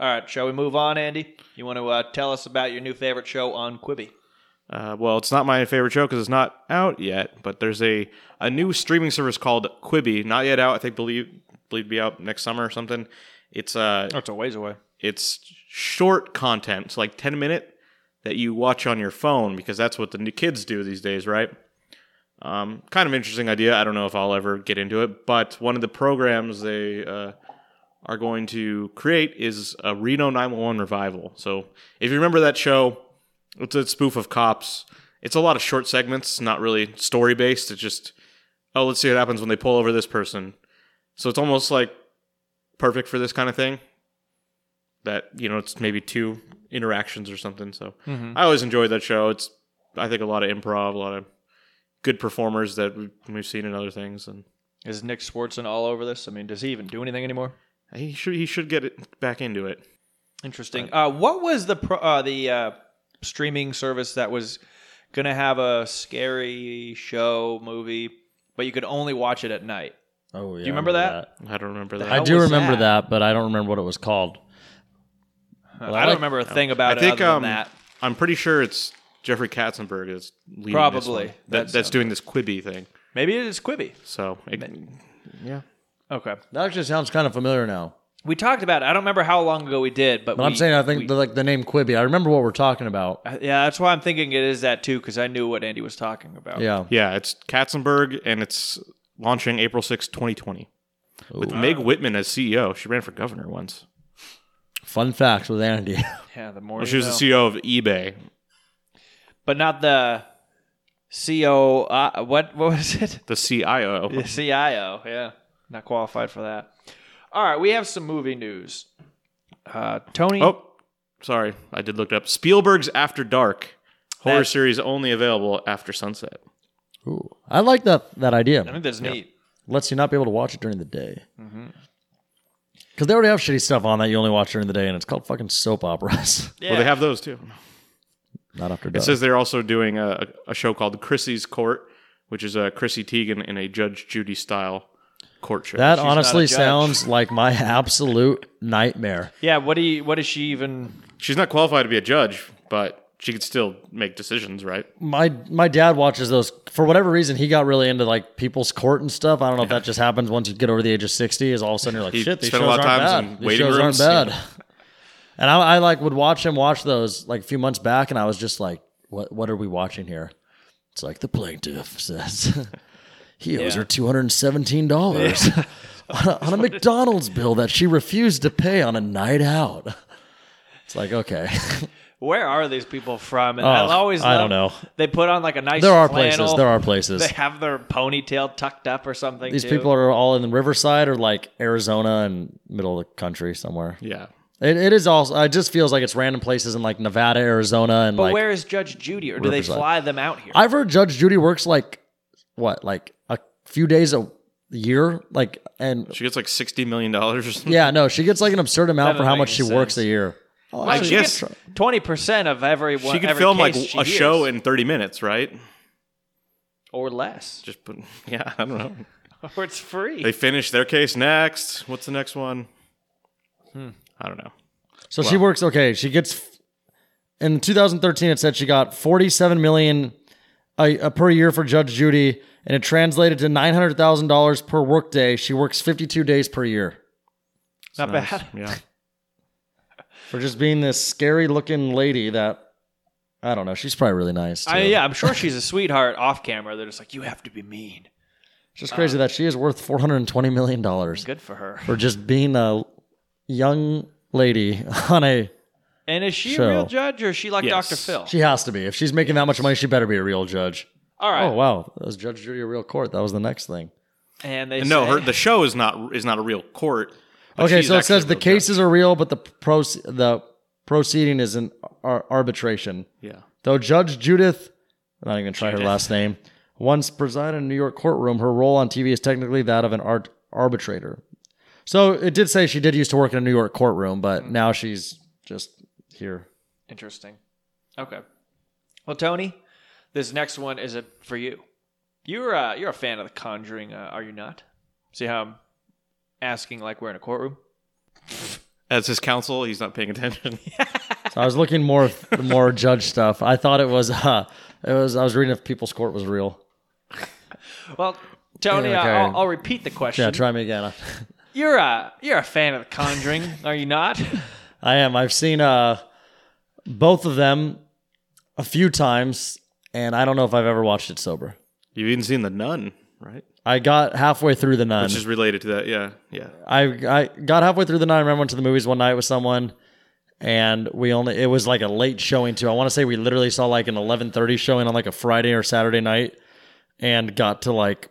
[SPEAKER 2] All right. Shall we move on, Andy? You want to uh, tell us about your new favorite show on Quibi?
[SPEAKER 3] Uh, well, it's not my favorite show because it's not out yet, but there's a, a new streaming service called Quibi, not yet out. I think believe believe to be out next summer or something. It's uh,
[SPEAKER 2] Oh, it's a ways away.
[SPEAKER 3] it's short content, it's like ten minute that you watch on your phone because that's what the new kids do these days, right? Um, kind of interesting idea. I don't know if I'll ever get into it, but one of the programs they uh, are going to create is a Reno 911 revival. So if you remember that show, it's a spoof of cops. It's a lot of short segments, not really story based. It's just, oh, let's see what happens when they pull over this person. So it's almost like perfect for this kind of thing. That you know, it's maybe two interactions or something. So I always enjoyed that show. It's I think a lot of improv, a lot of good performers that we've, we've seen in other things, and
[SPEAKER 2] Is Nick Swartzen all over this? I mean, does he even do anything anymore?
[SPEAKER 3] he should he should get it back into it.
[SPEAKER 2] Interesting. Uh, what was the pro- uh, the uh, streaming service that was gonna have a scary show movie, but you could only watch it at night?
[SPEAKER 4] Oh, yeah.
[SPEAKER 2] Do you remember that?
[SPEAKER 3] I don't remember
[SPEAKER 4] I
[SPEAKER 3] that.
[SPEAKER 2] How
[SPEAKER 4] do
[SPEAKER 2] was
[SPEAKER 4] remember that?
[SPEAKER 2] that?
[SPEAKER 4] but I don't remember what it was called.
[SPEAKER 2] I don't remember a thing about
[SPEAKER 3] I think
[SPEAKER 2] it other
[SPEAKER 3] um,
[SPEAKER 2] than that.
[SPEAKER 3] I'm pretty sure it's Jeffrey Katzenberg is leading this
[SPEAKER 2] Probably.
[SPEAKER 3] one. That,
[SPEAKER 2] That's-
[SPEAKER 3] that's, doing this Quibi thing.
[SPEAKER 2] Maybe it is Quibi.
[SPEAKER 3] So it, yeah,
[SPEAKER 2] Okay.
[SPEAKER 4] That actually sounds kind of familiar now.
[SPEAKER 2] We talked about it. I don't remember how long ago we did, but,
[SPEAKER 4] But I'm
[SPEAKER 2] we-
[SPEAKER 4] saying uh, I think
[SPEAKER 2] we-
[SPEAKER 4] the, like the name Quibi. I remember what we're talking about.
[SPEAKER 2] yeah, that's why I'm thinking it is that too because I knew what Andy was talking about.
[SPEAKER 4] Yeah.
[SPEAKER 3] yeah, it's Katzenberg and it's launching April 6, 2020. With Meg Whitman as CEO. She ran for governor once.
[SPEAKER 4] Fun facts with Andy.
[SPEAKER 2] Yeah, the more
[SPEAKER 3] Well,
[SPEAKER 2] you
[SPEAKER 3] she was
[SPEAKER 2] know.
[SPEAKER 3] the CEO of eBay.
[SPEAKER 2] but not the CO. Uh, what what was it?
[SPEAKER 3] The CIO.
[SPEAKER 2] The CIO. Yeah, not qualified for that. All right, we have some movie news. Uh, Tony.
[SPEAKER 3] Oh, sorry. I did look it up. Spielberg's After Dark horror
[SPEAKER 2] That-
[SPEAKER 3] series only available after sunset.
[SPEAKER 4] Ooh, I like that that
[SPEAKER 2] I
[SPEAKER 4] idea.
[SPEAKER 2] think that's neat.
[SPEAKER 4] Lets you not be able to watch it during the day.
[SPEAKER 2] Mm-hmm.
[SPEAKER 4] Because they already have shitty stuff on that you only watch during the day, and it's called fucking soap operas.
[SPEAKER 2] Yeah.
[SPEAKER 3] Well, they have those too.
[SPEAKER 4] not after
[SPEAKER 3] It
[SPEAKER 4] dark.
[SPEAKER 3] says they're also doing a, a show called Chrissy's Court, which is a Chrissy Teigen in a Judge Judy style court show.
[SPEAKER 4] that
[SPEAKER 2] not a
[SPEAKER 4] honestly
[SPEAKER 2] judge.
[SPEAKER 4] sounds like my absolute nightmare.
[SPEAKER 2] yeah. What do you? What is she even?
[SPEAKER 3] She's not qualified to be a judge, but she could still make decisions, right?
[SPEAKER 4] My my dad watches those for whatever reason. He got really into like people's court and stuff. I don't know if that just happens once you get over the age of sixty. Is all of a sudden you're like,
[SPEAKER 3] He
[SPEAKER 4] shit, these shows
[SPEAKER 3] spent a lot
[SPEAKER 4] aren't
[SPEAKER 3] of times
[SPEAKER 4] bad.
[SPEAKER 3] in
[SPEAKER 4] These
[SPEAKER 3] waiting
[SPEAKER 4] shows aren't
[SPEAKER 3] rooms.
[SPEAKER 4] bad. And I, I like would watch him watch those like a few months back, and I was just like, what What are we watching here? It's like the plaintiff says. He owes
[SPEAKER 2] Yeah.
[SPEAKER 4] her two hundred and seventeen dollars on, a- on a McDonald's bill that she refused to pay on a night out. It's like okay,
[SPEAKER 2] where are these people from? And
[SPEAKER 4] Oh,
[SPEAKER 2] I always
[SPEAKER 4] I
[SPEAKER 2] love-
[SPEAKER 4] don't know.
[SPEAKER 2] They put on like a nice.
[SPEAKER 4] There are
[SPEAKER 2] flannel.
[SPEAKER 4] places. There are places.
[SPEAKER 2] They have their ponytail tucked up or something.
[SPEAKER 4] These
[SPEAKER 2] too.
[SPEAKER 4] people are all in the Riverside or like Arizona and middle of the country somewhere.
[SPEAKER 3] Yeah.
[SPEAKER 4] It, it is also. It just feels like it's random places in like Nevada, Arizona, and
[SPEAKER 2] But
[SPEAKER 4] like
[SPEAKER 2] where is Judge Judy, or do
[SPEAKER 4] Riverside.
[SPEAKER 2] they fly them out here?
[SPEAKER 4] I've heard Judge Judy works like what, like a few days a year, like and
[SPEAKER 3] She gets like $60 million. Yeah.
[SPEAKER 4] yeah, no, she gets like an absurd amount
[SPEAKER 2] That
[SPEAKER 4] for how
[SPEAKER 2] doesn't
[SPEAKER 4] much
[SPEAKER 2] make
[SPEAKER 4] she
[SPEAKER 2] any
[SPEAKER 4] works a
[SPEAKER 2] sense.
[SPEAKER 4] year. Oh,
[SPEAKER 2] Well,
[SPEAKER 4] actually,
[SPEAKER 2] she
[SPEAKER 3] guess-
[SPEAKER 4] that's-
[SPEAKER 2] Twenty percent of every one.
[SPEAKER 3] She could
[SPEAKER 2] every
[SPEAKER 3] film like
[SPEAKER 2] case
[SPEAKER 3] a
[SPEAKER 2] she hears,
[SPEAKER 3] show in 30 minutes, right?
[SPEAKER 2] or less,
[SPEAKER 3] Just put, yeah, I don't know.
[SPEAKER 2] or it's free.
[SPEAKER 3] They finish their case next. What's the next one? Hmm, I don't know.
[SPEAKER 4] So she works okay. She gets in 2013. It said she got 47 million a, a per year for Judge Judy, and it translated to 900 thousand dollars per workday. She works 52 days per year
[SPEAKER 2] Not
[SPEAKER 3] Nice.
[SPEAKER 2] bad.
[SPEAKER 3] Yeah.
[SPEAKER 4] for just being this scary looking lady that I don't know. She's probably really nice.
[SPEAKER 2] I,
[SPEAKER 4] too.
[SPEAKER 2] yeah, I'm sure she's a sweetheart off camera. They're just like, you have to be mean.
[SPEAKER 4] It's just crazy that she is worth 420 million dollars
[SPEAKER 2] Good for her.
[SPEAKER 4] for just being a young lady on a.
[SPEAKER 2] And is she
[SPEAKER 4] So-
[SPEAKER 2] a real judge, or is she like
[SPEAKER 3] Yes.
[SPEAKER 2] Dr. Phil?
[SPEAKER 4] She has to be. If she's making that much money, she better be a real judge.
[SPEAKER 2] All right.
[SPEAKER 4] Oh wow, that was Judge Judy a real court? That was the next thing.
[SPEAKER 2] And they
[SPEAKER 3] And no,
[SPEAKER 2] say-
[SPEAKER 3] her, the show is not is not a real court. but
[SPEAKER 4] Okay,
[SPEAKER 3] she's
[SPEAKER 4] so it
[SPEAKER 3] actually
[SPEAKER 4] says
[SPEAKER 3] a
[SPEAKER 4] the
[SPEAKER 3] real judge.
[SPEAKER 4] cases are real, but the proce- the proceeding is an ar- arbitration.
[SPEAKER 3] Yeah.
[SPEAKER 4] Though Judge Judith, I'm not even gonna try her last name, once presided in a New York courtroom, her role on TV is technically that of an art- arbitrator. So it did say she did used to work in a New York courtroom, but
[SPEAKER 3] Mm.
[SPEAKER 4] now she's just here.
[SPEAKER 2] Interesting. Okay. Well, Tony, this next one is a, for you. You're uh, you're a fan of The Conjuring, uh, are you not? See how I'm asking like we're in a courtroom.
[SPEAKER 3] As his counsel, he's not paying attention.
[SPEAKER 4] So I was looking more more judge stuff. I thought it was uh, it was I was reading if People's Court was real.
[SPEAKER 2] Well, Tony,
[SPEAKER 4] Yeah, okay.
[SPEAKER 2] I- I'll, I'll repeat the question.
[SPEAKER 4] Yeah, try me again.
[SPEAKER 2] You're a you're a fan of The Conjuring, are you not?
[SPEAKER 4] I am. I've seen uh both of them a few times, and I don't know if I've ever watched it sober.
[SPEAKER 3] You've even seen The Nun, right?
[SPEAKER 4] I got halfway through the nun.
[SPEAKER 3] Which is related to that. Yeah. Yeah.
[SPEAKER 4] I I got halfway through the nun. I remember went to the movies one night with someone, and we only it was like a late showing too. I want to say we literally saw like an eleven thirty showing on like a Friday or Saturday night, and got to like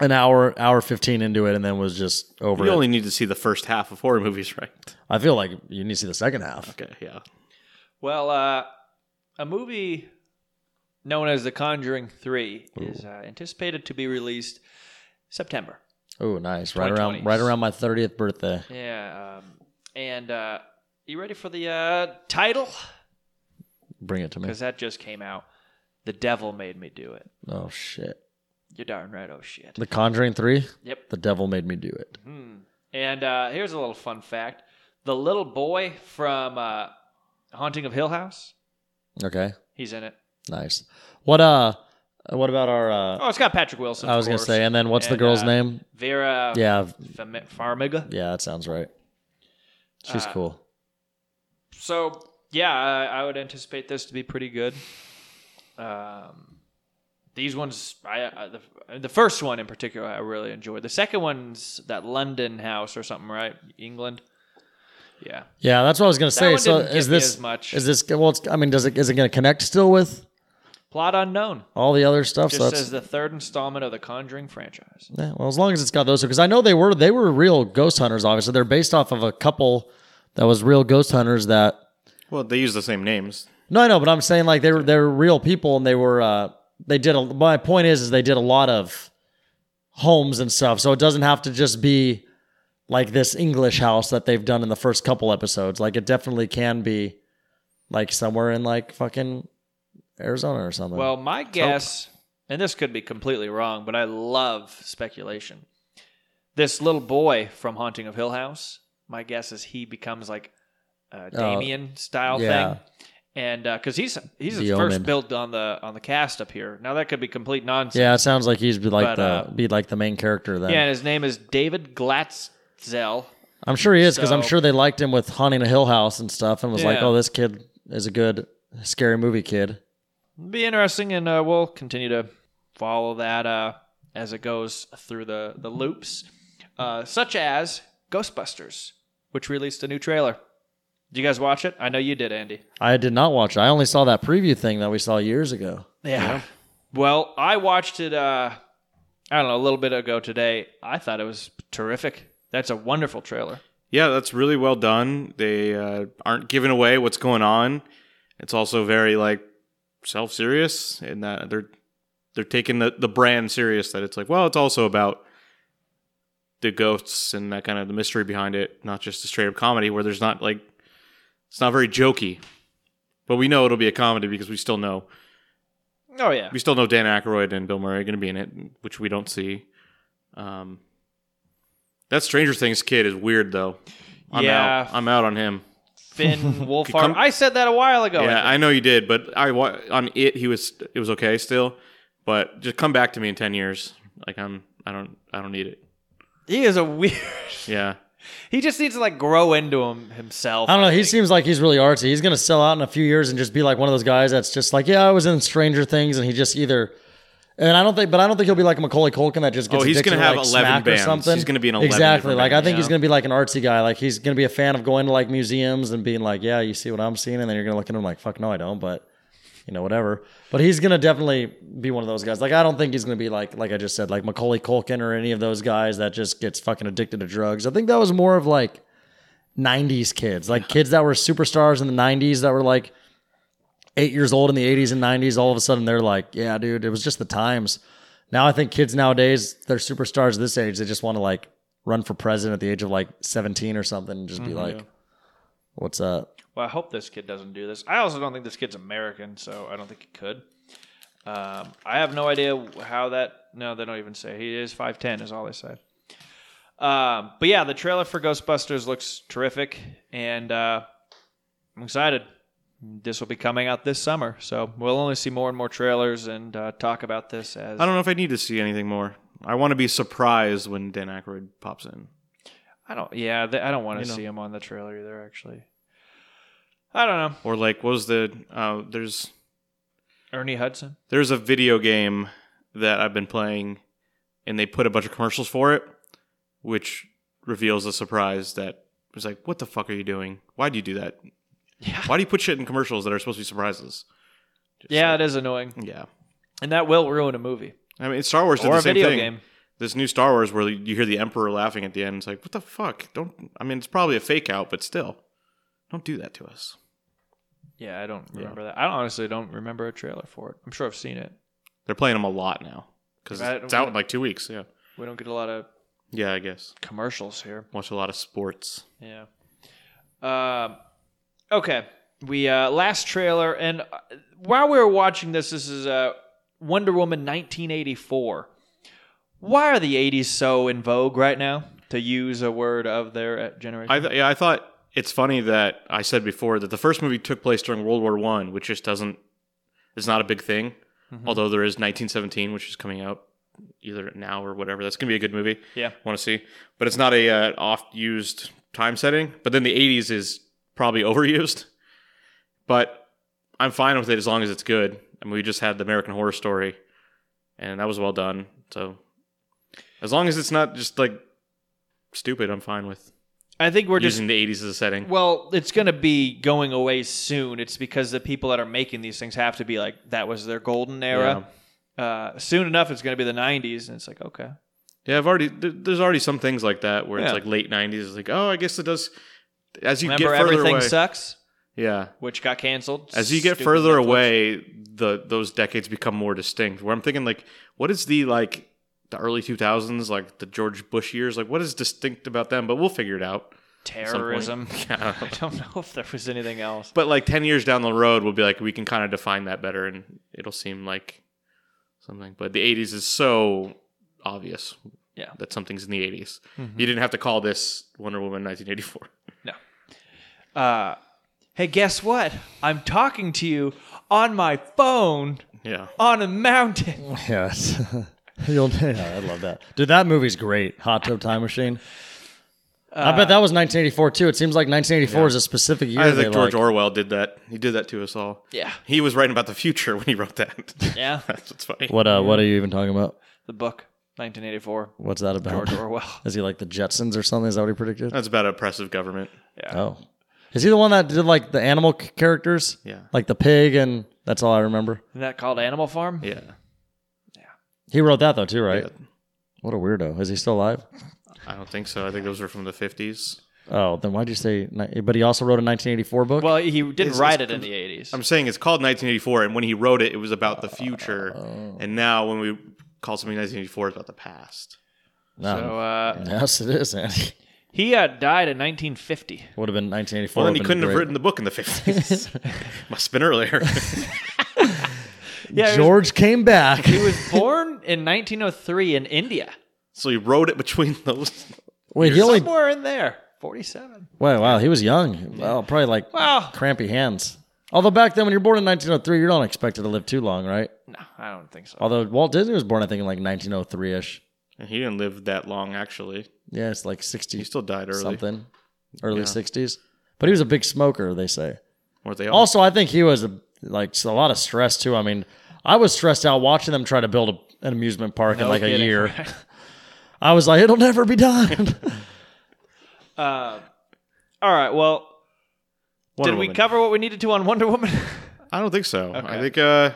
[SPEAKER 4] an hour hour fifteen into it, and then was just over.
[SPEAKER 3] You
[SPEAKER 4] it.
[SPEAKER 3] only need to see the first half of horror movies, right?
[SPEAKER 4] I feel like you need to see the second half.
[SPEAKER 3] Okay. Yeah.
[SPEAKER 2] well, uh, a movie known as The Conjuring Three is uh, anticipated to be released September.
[SPEAKER 4] Oh, nice! Right around
[SPEAKER 2] 2020s.
[SPEAKER 4] right around my thirtieth birthday.
[SPEAKER 2] Yeah. Um, and uh, you ready for the uh, title?
[SPEAKER 4] Bring it to me.
[SPEAKER 2] Because that just came out. The devil made me do it.
[SPEAKER 4] Oh shit.
[SPEAKER 2] You're darn right. Oh shit.
[SPEAKER 4] The Conjuring 3,
[SPEAKER 2] Yep.
[SPEAKER 4] The Devil Made Me Do It.
[SPEAKER 2] And uh, here's a little fun fact: the little boy from uh, Haunting of Hill House,
[SPEAKER 4] Okay.
[SPEAKER 2] he's in it.
[SPEAKER 4] Nice. What uh what about our uh
[SPEAKER 2] Oh, it's got Patrick Wilson.
[SPEAKER 4] I
[SPEAKER 2] of
[SPEAKER 4] was going to
[SPEAKER 2] course.
[SPEAKER 4] say and then what's the
[SPEAKER 2] And,
[SPEAKER 4] girl's
[SPEAKER 2] uh,
[SPEAKER 4] name?
[SPEAKER 2] Vera.
[SPEAKER 4] Yeah,
[SPEAKER 2] Fam- Farmiga.
[SPEAKER 4] yeah, that sounds right. She's
[SPEAKER 2] Uh,
[SPEAKER 4] cool.
[SPEAKER 2] So yeah, I, I would anticipate this to be pretty good. Um, these ones, I, I the, the first one in particular, I really enjoyed. The second one's that London house or something, right? England. Yeah.
[SPEAKER 4] Yeah, that's what I was going to
[SPEAKER 2] That
[SPEAKER 4] say.
[SPEAKER 2] one
[SPEAKER 4] So
[SPEAKER 2] didn't
[SPEAKER 4] is
[SPEAKER 2] get me
[SPEAKER 4] this
[SPEAKER 2] as much.
[SPEAKER 4] is this well it's, I mean does it is it going to connect still with
[SPEAKER 2] Plot unknown.
[SPEAKER 4] all the other stuff?
[SPEAKER 2] Just
[SPEAKER 4] so that's
[SPEAKER 2] says the third installment of the Conjuring franchise.
[SPEAKER 4] yeah, well as long as it's got those because I know they were they were real ghost hunters obviously. They're based off of a couple that was real ghost hunters that
[SPEAKER 3] Well, they use the same names.
[SPEAKER 4] No, I know, but I'm saying like they were they're real people and they were uh they did a my point is is they did a lot of homes and stuff. So it doesn't have to just be like this English house that they've done in the first couple episodes. Like it definitely can be like somewhere in like fucking Arizona or something.
[SPEAKER 2] Well, my guess, and this could be completely wrong, but I love speculation. This little boy from Haunting of Hill House, my guess is he becomes like a Damien style
[SPEAKER 4] Uh, yeah.
[SPEAKER 2] thing. And because he's he's
[SPEAKER 4] The
[SPEAKER 2] the first
[SPEAKER 4] Omen.
[SPEAKER 2] built on the on the cast up here. Now that could be complete nonsense.
[SPEAKER 4] yeah, it sounds like he's be like
[SPEAKER 2] But, uh,
[SPEAKER 4] the be like the main character then.
[SPEAKER 2] Yeah, and his name is David Glatzel.
[SPEAKER 4] I'm sure he is because I'm
[SPEAKER 2] So-
[SPEAKER 4] sure they liked him with Haunting a Hill House and stuff and was like,
[SPEAKER 2] Yeah.
[SPEAKER 4] oh, this kid is a good scary movie kid.
[SPEAKER 2] be interesting, and uh, we'll continue to follow that uh, as it goes through the the loops, uh, such as Ghostbusters, which released a new trailer. Did you guys watch it? I know you did, Andy.
[SPEAKER 4] I did not watch it. I only saw that preview thing that we saw years ago.
[SPEAKER 2] Yeah. Well, I watched it. Uh, I don't know, a little bit ago today. I thought it was terrific. That's a wonderful trailer.
[SPEAKER 3] Yeah, that's really well done. They uh, aren't giving away what's going on. It's also very like self serious in that they're they're taking the, the brand serious that it's like, well, it's also about the ghosts and that kind of the mystery behind it, not just a straight up comedy where there's not like it's not very jokey. But we know it'll be a comedy because we still know
[SPEAKER 2] Oh yeah.
[SPEAKER 3] we still know Dan Aykroyd and Bill Murray are going to be in it, which we don't see. Um, that Stranger Things kid is weird though. I'm
[SPEAKER 2] Yeah.
[SPEAKER 3] out. I'm out on him.
[SPEAKER 2] Finn Wolfhard.
[SPEAKER 3] come-
[SPEAKER 2] I said that a while ago.
[SPEAKER 3] yeah, I know you did, but I wa- on it he was it was okay still, but just come back to me in ten years. Like I'm I don't I don't need it.
[SPEAKER 2] he is a weird.
[SPEAKER 3] Yeah,
[SPEAKER 2] He just needs to like grow into him himself.
[SPEAKER 4] I don't know. He
[SPEAKER 2] think.
[SPEAKER 4] seems like he's really artsy. He's gonna sell out in a few years and just be like one of those guys that's just like, yeah, I was in Stranger Things, and he just either. And I don't think, but I don't think he'll be like Macaulay Culkin that just gets.
[SPEAKER 3] Oh, he's
[SPEAKER 4] addicted
[SPEAKER 3] gonna
[SPEAKER 4] to,
[SPEAKER 3] have
[SPEAKER 4] like,
[SPEAKER 3] 11
[SPEAKER 4] smack
[SPEAKER 3] bands.
[SPEAKER 4] Or something.
[SPEAKER 3] He's gonna be in 11
[SPEAKER 4] Exactly.
[SPEAKER 3] different
[SPEAKER 4] Like I
[SPEAKER 3] bands,
[SPEAKER 4] think he's
[SPEAKER 3] yeah.
[SPEAKER 4] gonna be like an artsy guy. Like he's gonna be a fan of going to like museums and being like, yeah, you see what I'm seeing, and then you're gonna look at him like, fuck no, I don't, but you know, whatever. But he's gonna definitely be one of those guys. Like I don't think he's gonna be like, like I just said, like Macaulay Culkin or any of those guys that just gets fucking addicted to drugs. I think that was more of like. 90s kids, like kids that were superstars in the 90s that were like eight years old in the 80s and 90s. All of a sudden, they're like, yeah, dude, it was just the times. Now I think kids nowadays, they're superstars this age. They just want to like run for president at the age of like 17 or something and just be
[SPEAKER 3] Mm-hmm,
[SPEAKER 4] like, what's up?
[SPEAKER 2] Well, I hope this kid doesn't do this. I also don't think this kid's American, so I don't think he could. Um, I have no idea how that. No, they don't even say he is five ten. Is all they said. Um, but yeah, the trailer for Ghostbusters looks terrific, and uh, I'm excited. This will be coming out this summer, so we'll only see more and more trailers and uh, talk about this as
[SPEAKER 3] I don't know if I need to see anything more. I want to be surprised when Dan Aykroyd pops in.
[SPEAKER 2] I don't. Yeah, th- I don't want
[SPEAKER 3] You
[SPEAKER 2] to
[SPEAKER 3] know.
[SPEAKER 2] see him on the trailer either. Actually, I don't know.
[SPEAKER 3] Or like, what was the uh, there's
[SPEAKER 2] Ernie Hudson.
[SPEAKER 3] there's a video game that I've been playing, and they put a bunch of commercials for it, which reveals a surprise that was like, "What the fuck are you doing? Why do you do that?
[SPEAKER 2] Yeah.
[SPEAKER 3] Why do you put shit in commercials that are supposed to be surprises?" Just
[SPEAKER 2] Yeah,
[SPEAKER 3] like-
[SPEAKER 2] it is annoying,
[SPEAKER 3] yeah.
[SPEAKER 2] and that will ruin a movie.
[SPEAKER 3] I mean, Star Wars did
[SPEAKER 2] or
[SPEAKER 3] the
[SPEAKER 2] a
[SPEAKER 3] same
[SPEAKER 2] video
[SPEAKER 3] thing.
[SPEAKER 2] game.
[SPEAKER 3] This new Star Wars where you hear the Emperor laughing at the end. It's like, what the fuck? Don't. I mean, it's probably a fake out, but still, don't do that to us.
[SPEAKER 2] Yeah, I don't remember that. I honestly don't remember a trailer for it. I'm sure I've seen it.
[SPEAKER 3] They're playing them a lot now because
[SPEAKER 2] Yeah, I-
[SPEAKER 3] it's out in like two weeks. Yeah.
[SPEAKER 2] We don't get a lot of
[SPEAKER 3] Yeah, I guess.
[SPEAKER 2] commercials here.
[SPEAKER 3] Watch a lot of sports.
[SPEAKER 2] Yeah. Um, okay. We uh, last trailer, and uh, while we were watching this, this is uh, Wonder Woman 1984. Why are the 80s so in vogue right now? To use a word of their uh, generation.
[SPEAKER 3] I th- yeah, I thought it's funny that I said before that the first movie took place during World War One, which just doesn't is not a big thing. Although there is 1917, which is coming out either now or whatever. That's gonna be a good movie.
[SPEAKER 2] Yeah.
[SPEAKER 3] want to see, but it's not a uh, oft used time setting. But then the 80s is probably overused. But I'm fine with it as long as it's good. I mean, we just had the American Horror Story, and that was well done. So as long as it's not just like stupid, I'm fine with
[SPEAKER 2] I think we're just
[SPEAKER 3] using the 80s as a setting.
[SPEAKER 2] Well, it's going to be going away soon. It's because the people that are making these things have to be like that was their golden era. Uh, soon enough, it's going to be the '90s, and it's like okay,
[SPEAKER 3] Yeah, I've already there, there's already some things like that where
[SPEAKER 2] Yeah.
[SPEAKER 3] it's like late 90s. It's like, oh, I guess it does. As you
[SPEAKER 2] remember
[SPEAKER 3] get further
[SPEAKER 2] everything
[SPEAKER 3] away,
[SPEAKER 2] sucks,
[SPEAKER 3] yeah.
[SPEAKER 2] which got canceled.
[SPEAKER 3] As you get
[SPEAKER 2] Stupid
[SPEAKER 3] further
[SPEAKER 2] Netflix.
[SPEAKER 3] away, the those decades become more distinct. Where I'm thinking like, what is the like the early 2000s, like the George Bush years? Like, what is distinct about them? But we'll figure it out. at some point.
[SPEAKER 2] terrorism.
[SPEAKER 3] Yeah.
[SPEAKER 2] I don't know if there was anything else.
[SPEAKER 3] But like 10 years down the road, we'll be like, we can kind of define that better, and it'll seem like something. But the 80s is so obvious.
[SPEAKER 2] Yeah.
[SPEAKER 3] that something's in the 80s. You didn't have to call this Wonder Woman 1984.
[SPEAKER 2] Uh, hey, guess what? I'm talking to you on my phone
[SPEAKER 3] Yeah.
[SPEAKER 2] on a mountain.
[SPEAKER 4] Yes. You'll, yeah, I love that. Dude, that movie's great. Hot Tub Time Machine. I bet that was 1984 too. It seems like 1984 is a specific year.
[SPEAKER 3] Uh, I
[SPEAKER 4] they
[SPEAKER 3] think George
[SPEAKER 4] like-
[SPEAKER 3] Orwell did that. He did that to us all.
[SPEAKER 2] Yeah.
[SPEAKER 3] He was writing about the future when he wrote that.
[SPEAKER 2] Yeah,
[SPEAKER 3] That's what's funny.
[SPEAKER 4] What uh, what are you even talking about?
[SPEAKER 2] the book, 1984,
[SPEAKER 4] What's that about?
[SPEAKER 2] George Orwell.
[SPEAKER 4] Is he like the Jetsons or something? Is that what he predicted?
[SPEAKER 3] That's about oppressive government.
[SPEAKER 4] Oh. Is he the one that did like the animal c- characters?
[SPEAKER 3] Yeah.
[SPEAKER 4] Like the pig, and that's all I remember.
[SPEAKER 2] Isn't that called Animal Farm?
[SPEAKER 3] Yeah.
[SPEAKER 4] He wrote that though too, right?
[SPEAKER 3] Yeah.
[SPEAKER 4] What a weirdo. Is he still alive?
[SPEAKER 3] I don't think so. I think those are from the 50s.
[SPEAKER 4] Oh, then why'd you say? ni- But he also wrote a 1984 book.
[SPEAKER 2] Well, he didn't
[SPEAKER 3] It's-
[SPEAKER 2] write it
[SPEAKER 3] it's-
[SPEAKER 2] in the 80s.
[SPEAKER 3] I'm saying it's called 1984, and when he wrote it, it was about the future.
[SPEAKER 4] Oh.
[SPEAKER 3] and now when we call something 1984, it's about the past.
[SPEAKER 4] no.
[SPEAKER 2] so uh,
[SPEAKER 4] yes, it is. Andy.
[SPEAKER 2] he uh, died in 1950.
[SPEAKER 4] Would have been 1984.
[SPEAKER 3] Well, then he
[SPEAKER 4] would've been
[SPEAKER 3] couldn't have
[SPEAKER 4] great.
[SPEAKER 3] written the book in the 50s. Must have been earlier.
[SPEAKER 2] Yeah, he was-
[SPEAKER 4] George came back.
[SPEAKER 2] he was born in 1903 in India.
[SPEAKER 3] so he wrote it between those.
[SPEAKER 4] Wait, he only.
[SPEAKER 2] Somewhere in there. 47.
[SPEAKER 4] Wow, wow, he was young. Well, probably like
[SPEAKER 2] Wow.
[SPEAKER 4] crampy hands. Although back then, when you're born in 1903, you're not expected to live too long, right?
[SPEAKER 2] No, I don't think so.
[SPEAKER 4] Although Walt Disney was born, I think, in like 1903 ish.
[SPEAKER 3] And he didn't live that long, actually.
[SPEAKER 4] Yeah, it's like
[SPEAKER 3] He
[SPEAKER 4] 60
[SPEAKER 3] still died early.
[SPEAKER 4] something, early 60s. But he was a big smoker, they say.
[SPEAKER 3] Weren't they all?
[SPEAKER 4] Also, I think he was a, like a lot of stress too. I mean, I was stressed out watching them try to build a, an amusement park in
[SPEAKER 2] No
[SPEAKER 4] like a
[SPEAKER 2] kidding.
[SPEAKER 4] year. I was like, it'll never be done.
[SPEAKER 2] Uh, all right. Well,
[SPEAKER 3] Wonder
[SPEAKER 2] did we
[SPEAKER 3] Woman.
[SPEAKER 2] cover what we needed to on Wonder Woman?
[SPEAKER 3] I don't think so. I think, uh,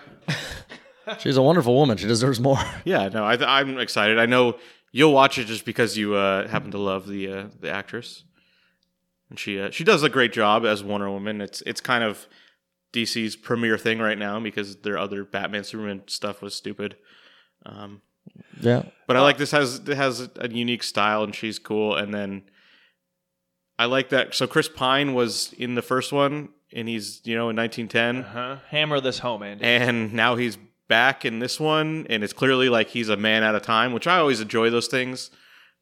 [SPEAKER 4] She's a wonderful woman. She deserves more.
[SPEAKER 3] yeah, no, I th- I'm excited. I know you'll watch it just because you uh, happen to love the uh, the actress, and she uh, she does a great job as Wonder Woman. It's it's kind of DC's premier thing right now because their other Batman Superman stuff was stupid. Um,
[SPEAKER 4] Yeah.
[SPEAKER 3] But I like this has it has a unique style and she's cool. And then I like that. So Chris Pine was in the first one, and he's you know in 1910,
[SPEAKER 2] huh? Hammer this home, Andy.
[SPEAKER 3] and now he's back in this one, and it's clearly like he's a man out of time, which I always enjoy those things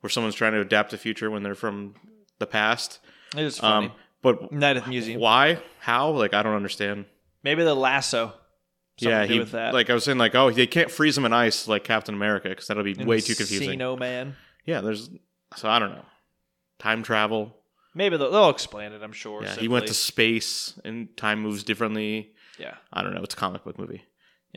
[SPEAKER 3] where someone's trying to adapt the future when they're from the past.
[SPEAKER 2] It was funny.
[SPEAKER 3] Um, but
[SPEAKER 2] Night at the museum.
[SPEAKER 3] why? How? Like I don't understand.
[SPEAKER 2] Maybe the lasso. Something
[SPEAKER 3] yeah,
[SPEAKER 2] to do
[SPEAKER 3] he
[SPEAKER 2] with that.
[SPEAKER 3] like I was saying, like oh, they can't freeze him in ice like Captain America because that'll be way too confusing.
[SPEAKER 2] Encino man.
[SPEAKER 3] Yeah, there's so I don't know. Time travel.
[SPEAKER 2] Maybe they'll, they'll explain it. I'm sure.
[SPEAKER 3] Yeah,
[SPEAKER 2] simply.
[SPEAKER 3] he went to space and time moves differently.
[SPEAKER 2] Yeah.
[SPEAKER 3] I don't know, it's a comic book movie.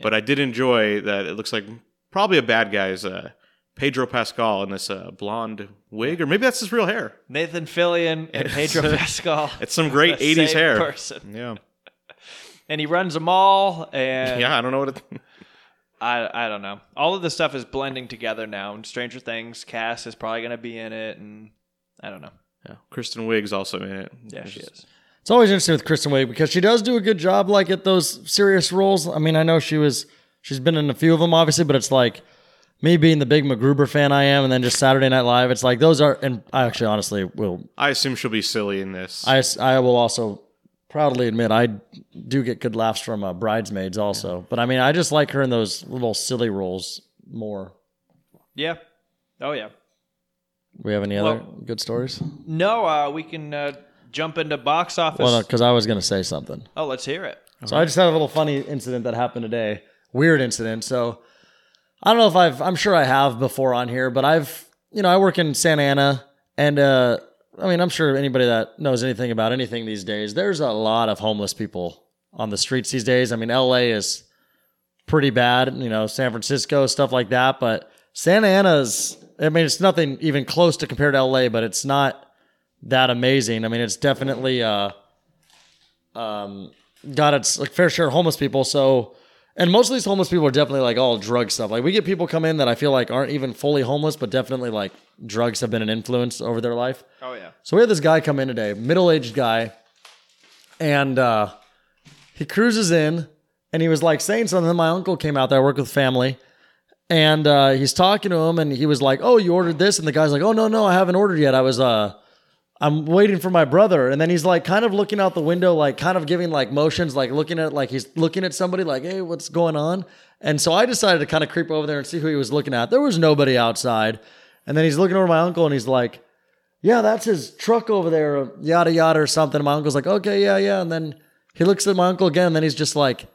[SPEAKER 3] But I did enjoy that it looks like probably a bad guy's uh Pedro Pascal in this uh, blonde wig, or maybe that's his real hair.
[SPEAKER 2] Nathan Fillion and Pedro Pascal.
[SPEAKER 3] It's some great
[SPEAKER 2] The
[SPEAKER 3] '80s
[SPEAKER 2] same
[SPEAKER 3] hair.
[SPEAKER 2] person.
[SPEAKER 3] Yeah,
[SPEAKER 2] And he runs them all. And
[SPEAKER 3] yeah. I don't know what. It,
[SPEAKER 2] I I don't know. All of this stuff is blending together now. And Stranger Things Cass is probably going to be in it. And I don't know.
[SPEAKER 3] yeah. Kristen Wiig's also in it.
[SPEAKER 2] Yeah,
[SPEAKER 3] It's
[SPEAKER 2] she
[SPEAKER 3] just-
[SPEAKER 2] is.
[SPEAKER 4] It's always interesting with Kristen Wiig because she does do a good job, like at those serious roles. I mean, I know she was, she's been in a few of them, obviously, but it's like me being the big MacGruber fan I am, and then just Saturday Night Live. It's like those are, and I actually honestly will,
[SPEAKER 3] I assume she'll be silly in this.
[SPEAKER 4] I, I will also proudly admit I do get good laughs from uh, Bridesmaids also, but I mean, I just like her in those little silly roles more.
[SPEAKER 2] Yeah. Oh yeah.
[SPEAKER 4] We have any other
[SPEAKER 2] Well-
[SPEAKER 4] good stories?
[SPEAKER 2] No, uh, we can uh, jump into box office.
[SPEAKER 4] Well, because I was going to say something.
[SPEAKER 2] oh, let's hear it.
[SPEAKER 4] So I just had a little funny incident that happened today. Weird incident. So I don't know if I've I'm sure I have before on here, but I've you know, I work in Santa Ana and uh I mean, I'm sure anybody that knows anything about anything these days, there's a lot of homeless people on the streets these days. I mean, LA is pretty bad, you know, San Francisco, stuff like that, but Santa Ana's I mean, it's nothing even close to compare to LA, but it's not that amazing. I mean, it's definitely uh um, got its like fair share of homeless people. So, and most of these homeless people are definitely like all drug stuff. Like we get people come in that I feel like aren't even fully homeless, but definitely like drugs have been an influence over their life.
[SPEAKER 2] Oh yeah.
[SPEAKER 4] So we had this guy come in today, middle aged guy, and uh, he cruises in and he was like saying something. Then my uncle came out there, I work with family, and uh, he's talking to him and he was like, Oh, you ordered this? And the guy's like, Oh, no, no, I haven't ordered yet. I was, uh, I'm waiting for my brother. And then he's like kind of looking out the window, like kind of giving like motions, like looking at, like he's looking at somebody, like, Hey, what's going on? And so I decided to kind of creep over there and see who he was looking at. There was nobody outside. And then he's looking over my uncle and he's like, yeah, that's his truck over there, or yada yada or something. And my uncle's like, okay, yeah, yeah. And then he looks at my uncle again, and then he's just like,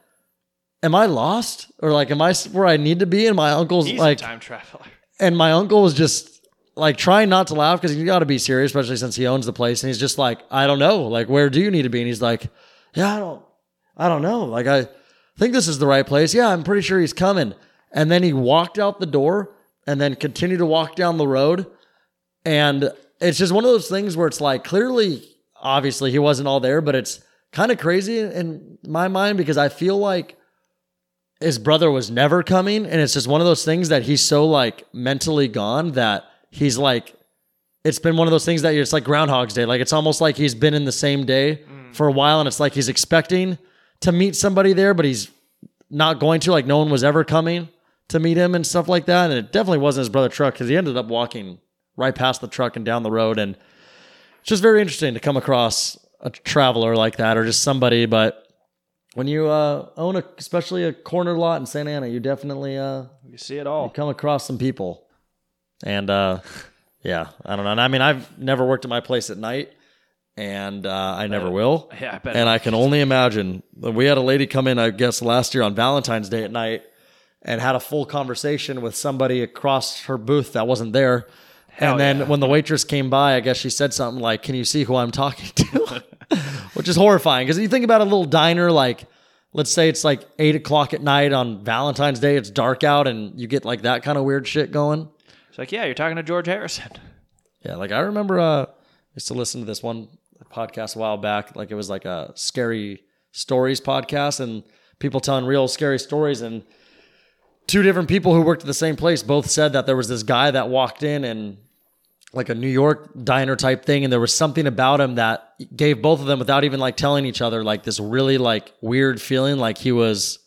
[SPEAKER 4] am I lost? Or like, am I s- where I need to be? And my uncle's
[SPEAKER 2] He's
[SPEAKER 4] like,
[SPEAKER 2] a time traveler.
[SPEAKER 4] and my uncle was just like trying not to laugh because you got to be serious, especially since he owns the place. And he's just like, I don't know, like where do you need to be? And he's like, Yeah, I don't, I don't know. Like I think this is the right place. Yeah, I'm pretty sure he's coming. And then he walked out the door and then continued to walk down the road. And it's just one of those things where it's like clearly obviously he wasn't all there, but it's kind of crazy in my mind because I feel like his brother was never coming. And it's just one of those things that he's so like mentally gone that he's like, it's been one of those things that it's like Groundhog's Day. Like it's almost like he's been in the same day for a while and it's like he's expecting to meet somebody there, but he's not going to. Like no one was ever coming to meet him and stuff like that. And it definitely wasn't his brother truck because he ended up walking right past the truck and down the road. And it's just very interesting to come across a traveler like that or just somebody. But when you uh, own a, especially a corner lot in Santa Ana, you definitely uh,
[SPEAKER 2] You see it all.
[SPEAKER 4] come across some people. And uh, yeah, I don't know. And I mean, I've never worked at my place at night, and uh, I never will.
[SPEAKER 2] Yeah, I bet.
[SPEAKER 4] And I can only imagine. We had a lady come in, I guess, last year on Valentine's Day at night, and had a full conversation with somebody across her booth that wasn't there.
[SPEAKER 2] Hell
[SPEAKER 4] and then
[SPEAKER 2] yeah.
[SPEAKER 4] when the waitress came by, I guess she said something like, "Can you see who I'm talking to?" Which is horrifying because you think about a little diner like. Let's say it's like eight o'clock at night on Valentine's Day. It's dark out, and you get like that kind of weird shit going.
[SPEAKER 2] it's like, yeah, you're talking to George Harrison.
[SPEAKER 4] Yeah, like I remember uh I used to listen to this one podcast a while back, like it was like a scary stories podcast and people telling real scary stories and two different people who worked at the same place both said that there was this guy that walked in and like a New York diner type thing and there was something about him that gave both of them without even like telling each other like this really like weird feeling like he was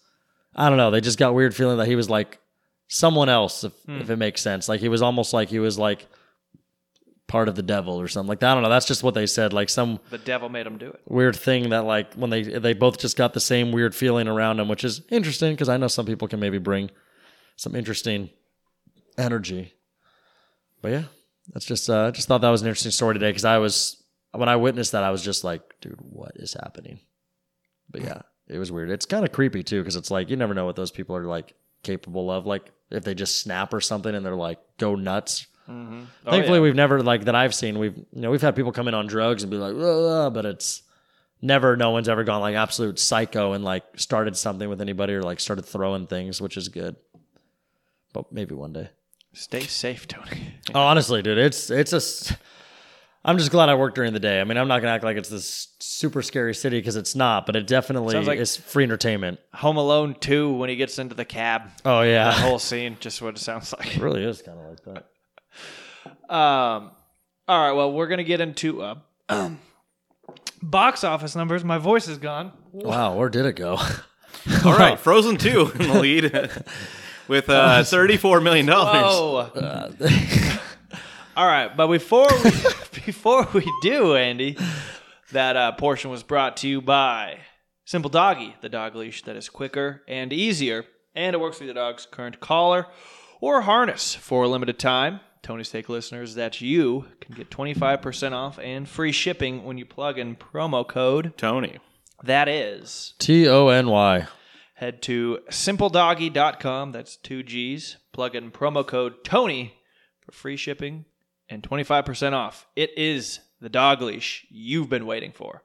[SPEAKER 4] I don't know, they just got weird feeling that he was like someone else if, if it makes sense. Like he was almost like he was like part of the devil or something like that. I don't know. That's just what they said. Like some
[SPEAKER 2] The devil made him do it.
[SPEAKER 4] weird thing that like when they they both just got the same weird feeling around them, which is interesting because I know some people can maybe bring some interesting energy. But yeah, that's just uh, I just thought that was an interesting story today because I was when I witnessed that I was just like, dude, what is happening? But yeah, it was weird. It's kind of creepy too because it's like you never know what those people are like capable of. Like if they just snap or something and they're like go nuts.
[SPEAKER 2] Oh,
[SPEAKER 4] Thankfully,
[SPEAKER 2] yeah.
[SPEAKER 4] we've never like that I've seen. We've you know we've had people come in on drugs and be like, "Ugh," but it's never no one's ever gone like absolute psycho and like started something with anybody or like started throwing things, which is good. But maybe one day.
[SPEAKER 2] stay safe, Tony.
[SPEAKER 4] Oh, honestly, dude, it's it's a. s- I'm just glad I worked during the day. I mean, I'm not gonna act like it's this super scary city because it's not, but it definitely
[SPEAKER 2] Sounds like-
[SPEAKER 4] is free entertainment.
[SPEAKER 2] Home Alone 2 when he gets into the cab.
[SPEAKER 4] Oh
[SPEAKER 2] That
[SPEAKER 4] yeah,
[SPEAKER 2] whole scene, just what it sounds like.
[SPEAKER 4] it really is kind of like that.
[SPEAKER 2] Um, all right, well, we're going to get into uh, box office numbers. My voice is gone.
[SPEAKER 4] Wow, where did it go?
[SPEAKER 3] All right, Frozen Two in the lead with uh, thirty-four million dollars.
[SPEAKER 2] Oh. all right, but before we, before we do, Andy, that uh, portion was brought to you by Simple Doggy, the dog leash that is quicker and easier, and it works with the dog's current collar or harness for a limited time. Tony's Take listeners, that you can get 25% off and free shipping when you plug in promo code.
[SPEAKER 3] Tony,
[SPEAKER 2] That is
[SPEAKER 4] T O N Y.
[SPEAKER 2] head to simpledoggy.com that's two g's plug in promo code tony for free shipping and 25% off it is the dog leash you've been waiting for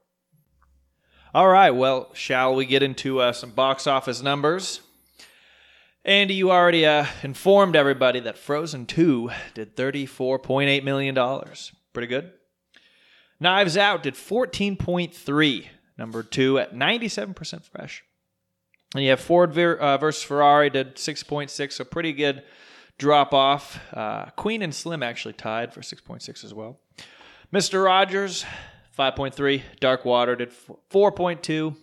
[SPEAKER 2] all right well shall we get into uh, some box office numbers andy you already uh, informed everybody that frozen 2 did $34.8 million pretty good knives out did 14.3 number two at 97% fresh and you have Ford ver- uh, versus Ferrari did 6.6, so pretty good drop off. Uh, Queen and Slim actually tied for 6.6 as well. Mr. Rogers, 5.3. Dark Water did f- 4.2.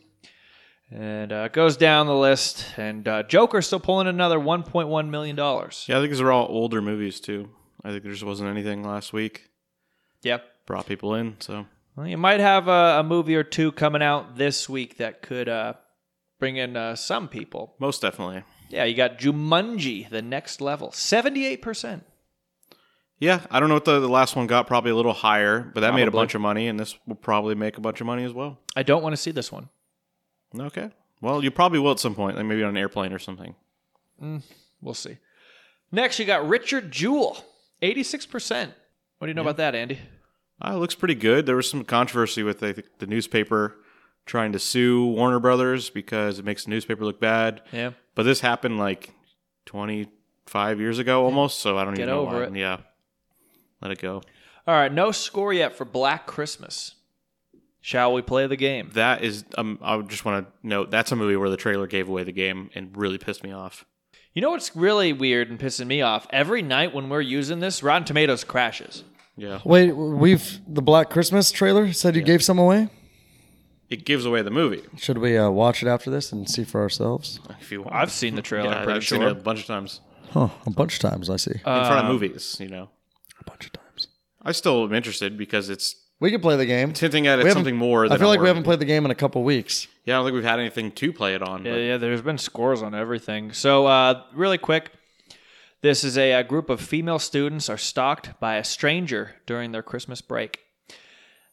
[SPEAKER 2] And uh, goes down the list. And uh, Joker still pulling another $1.1 million. Yep.
[SPEAKER 3] yeah, I think these are all older movies too. I think there just wasn't anything last week brought people in. So
[SPEAKER 2] Well, you might have a, a movie or two coming out this week that could uh, bring in uh, some people.
[SPEAKER 3] most definitely,
[SPEAKER 2] Yeah, you got Jumanji, the next level, 78%.
[SPEAKER 3] yeah. I don't know what the, the last one got. Probably a little higher, but that made a
[SPEAKER 2] Probably.
[SPEAKER 3] bunch of money, and this will probably make a bunch of money as well.
[SPEAKER 2] I don't want to see this one.
[SPEAKER 3] Okay. Well, you probably will at some point, like maybe on an airplane or something.
[SPEAKER 2] We'll see. Next, you got Richard Jewell, 86%. What do you know about that, Andy?
[SPEAKER 3] Uh, it looks pretty good. There was some controversy with I think, the newspaper trying to sue Warner Brothers because it makes the newspaper look bad.
[SPEAKER 2] Yeah.
[SPEAKER 3] But this happened like 25 years ago almost, so I don't
[SPEAKER 2] Get
[SPEAKER 3] even know
[SPEAKER 2] over
[SPEAKER 3] why.
[SPEAKER 2] it.
[SPEAKER 3] Yeah. Let it go.
[SPEAKER 2] All right, no score yet for Black Christmas. Shall we play the game?
[SPEAKER 3] That is, um, I would just want to note that's a movie where the trailer gave away the game and really pissed me off.
[SPEAKER 2] You know what's really weird and pissing me off? Every night when we're using this, Rotten Tomatoes crashes.
[SPEAKER 3] Yeah,
[SPEAKER 4] Wait, we've the Black Christmas trailer said you gave some away.
[SPEAKER 3] it gives away the movie.
[SPEAKER 4] Should we uh, watch it after this and see for ourselves?
[SPEAKER 3] If you want,
[SPEAKER 2] I've seen the trailer,
[SPEAKER 3] Yeah,
[SPEAKER 2] I'm pretty
[SPEAKER 3] I've seen it
[SPEAKER 2] sure.
[SPEAKER 3] a bunch of times
[SPEAKER 4] Huh, a bunch of times I see.
[SPEAKER 3] in front of movies. You know,
[SPEAKER 4] a bunch of times.
[SPEAKER 3] I still am interested because it's
[SPEAKER 4] We could play the game.
[SPEAKER 3] it's hinting at
[SPEAKER 4] We
[SPEAKER 3] it's
[SPEAKER 4] haven't-
[SPEAKER 3] something more. Than
[SPEAKER 4] I feel
[SPEAKER 3] a
[SPEAKER 4] like we
[SPEAKER 3] horror
[SPEAKER 4] haven't
[SPEAKER 3] movie.
[SPEAKER 4] played the game in a couple weeks.
[SPEAKER 3] Yeah, I don't think we've had anything to play it on.
[SPEAKER 2] Yeah,
[SPEAKER 3] but
[SPEAKER 2] yeah, there's been scores on everything. So, uh, really quick, this is a, a group of female students are stalked by a stranger during their Christmas break.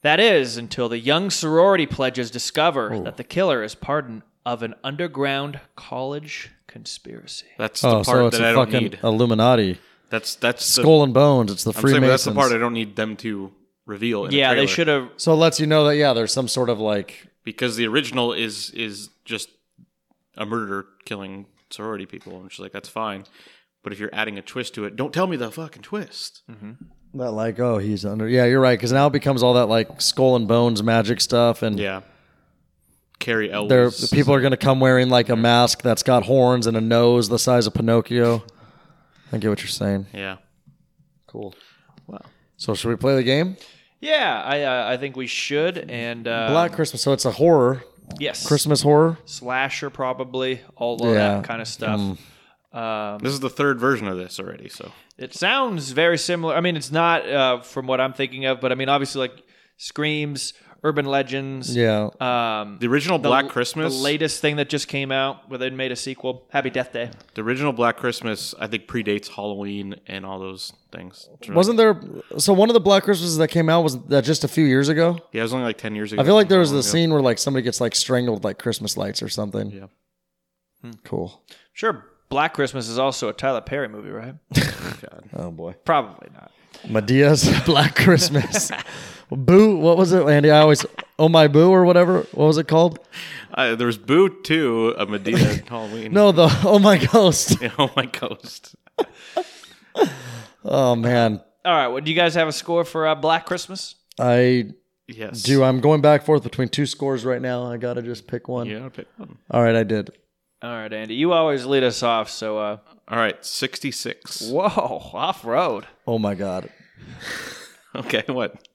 [SPEAKER 2] That is until the young sorority pledges discover that the killer is part an- of an underground college conspiracy.
[SPEAKER 3] That's the
[SPEAKER 4] Oh,
[SPEAKER 3] part
[SPEAKER 4] so it's
[SPEAKER 3] that I
[SPEAKER 4] a
[SPEAKER 3] don't
[SPEAKER 4] fucking
[SPEAKER 3] need.
[SPEAKER 4] Illuminati,
[SPEAKER 3] That's that's the,
[SPEAKER 4] skull and bones. It's the
[SPEAKER 3] I'm saying, but
[SPEAKER 4] Freemasons.
[SPEAKER 3] that's the part I don't need them to reveal. In the
[SPEAKER 2] yeah, they
[SPEAKER 3] trailer.
[SPEAKER 2] should have.
[SPEAKER 4] So it lets you know that yeah, there's some sort of like
[SPEAKER 3] because the original is is just a murderer killing sorority people, and she's like, "That's fine." But if you're adding a twist to it, don't tell me the fucking twist.
[SPEAKER 4] Mm-hmm. that like oh he's under yeah you're right because now it becomes all that like skull and bones magic stuff and
[SPEAKER 3] Yeah, Carrie Elwes.
[SPEAKER 4] there the people are gonna come wearing like a mask that's got horns and a nose the size of Pinocchio. I get what you're saying.
[SPEAKER 3] Yeah,
[SPEAKER 4] Cool.
[SPEAKER 3] Wow.
[SPEAKER 4] So should we play the game?
[SPEAKER 2] Yeah, I uh, I think we should. And uh,
[SPEAKER 4] Black Christmas. So it's a horror
[SPEAKER 2] yes,
[SPEAKER 4] Christmas horror.
[SPEAKER 2] slasher probably all of
[SPEAKER 4] Yeah. Mm.
[SPEAKER 2] that kind of stuff.
[SPEAKER 3] this is the third version of this already. So
[SPEAKER 2] It sounds very similar. I mean, it's not uh, from what I'm thinking of, but I mean, obviously, like Screams, Urban Legends.
[SPEAKER 4] Yeah.
[SPEAKER 2] Um,
[SPEAKER 3] the original
[SPEAKER 2] the-
[SPEAKER 3] Black Christmas,
[SPEAKER 2] The latest thing that just came out where they made a sequel, Happy Death Day.
[SPEAKER 3] the original Black Christmas, I think predates Halloween and all those things. It's really-
[SPEAKER 4] Wasn't there? So one of the Black Christmases that came out was that just a few years ago.
[SPEAKER 3] Yeah, it was only like ten years ago.
[SPEAKER 4] I feel like there was the
[SPEAKER 3] Long ago.
[SPEAKER 4] scene where like somebody gets like strangled with, like Christmas lights or something.
[SPEAKER 3] Yeah.
[SPEAKER 4] Cool.
[SPEAKER 2] Sure, Black Christmas is also a Tyler Perry movie, right?
[SPEAKER 4] Oh boy.
[SPEAKER 2] Probably not.
[SPEAKER 4] Medea's Black Christmas. boo. What was it, Andy? I always oh my boo or whatever. What was it called?
[SPEAKER 3] Uh, there was Boo too, a Medina and Halloween.
[SPEAKER 4] No, the oh my ghost.
[SPEAKER 3] oh my ghost.
[SPEAKER 4] Oh man.
[SPEAKER 2] All right, well, do you guys have a score for uh, Black Christmas?
[SPEAKER 4] I
[SPEAKER 3] Yes.
[SPEAKER 4] do. I'm going back forth between two scores right now. I gotta just pick one.
[SPEAKER 3] Yeah, pick one.
[SPEAKER 4] All right, I did.
[SPEAKER 2] All right, Andy, you always lead us off, so uh,
[SPEAKER 3] All right, sixty-six.
[SPEAKER 2] whoa, off road.
[SPEAKER 4] Oh my god.
[SPEAKER 3] Okay, what?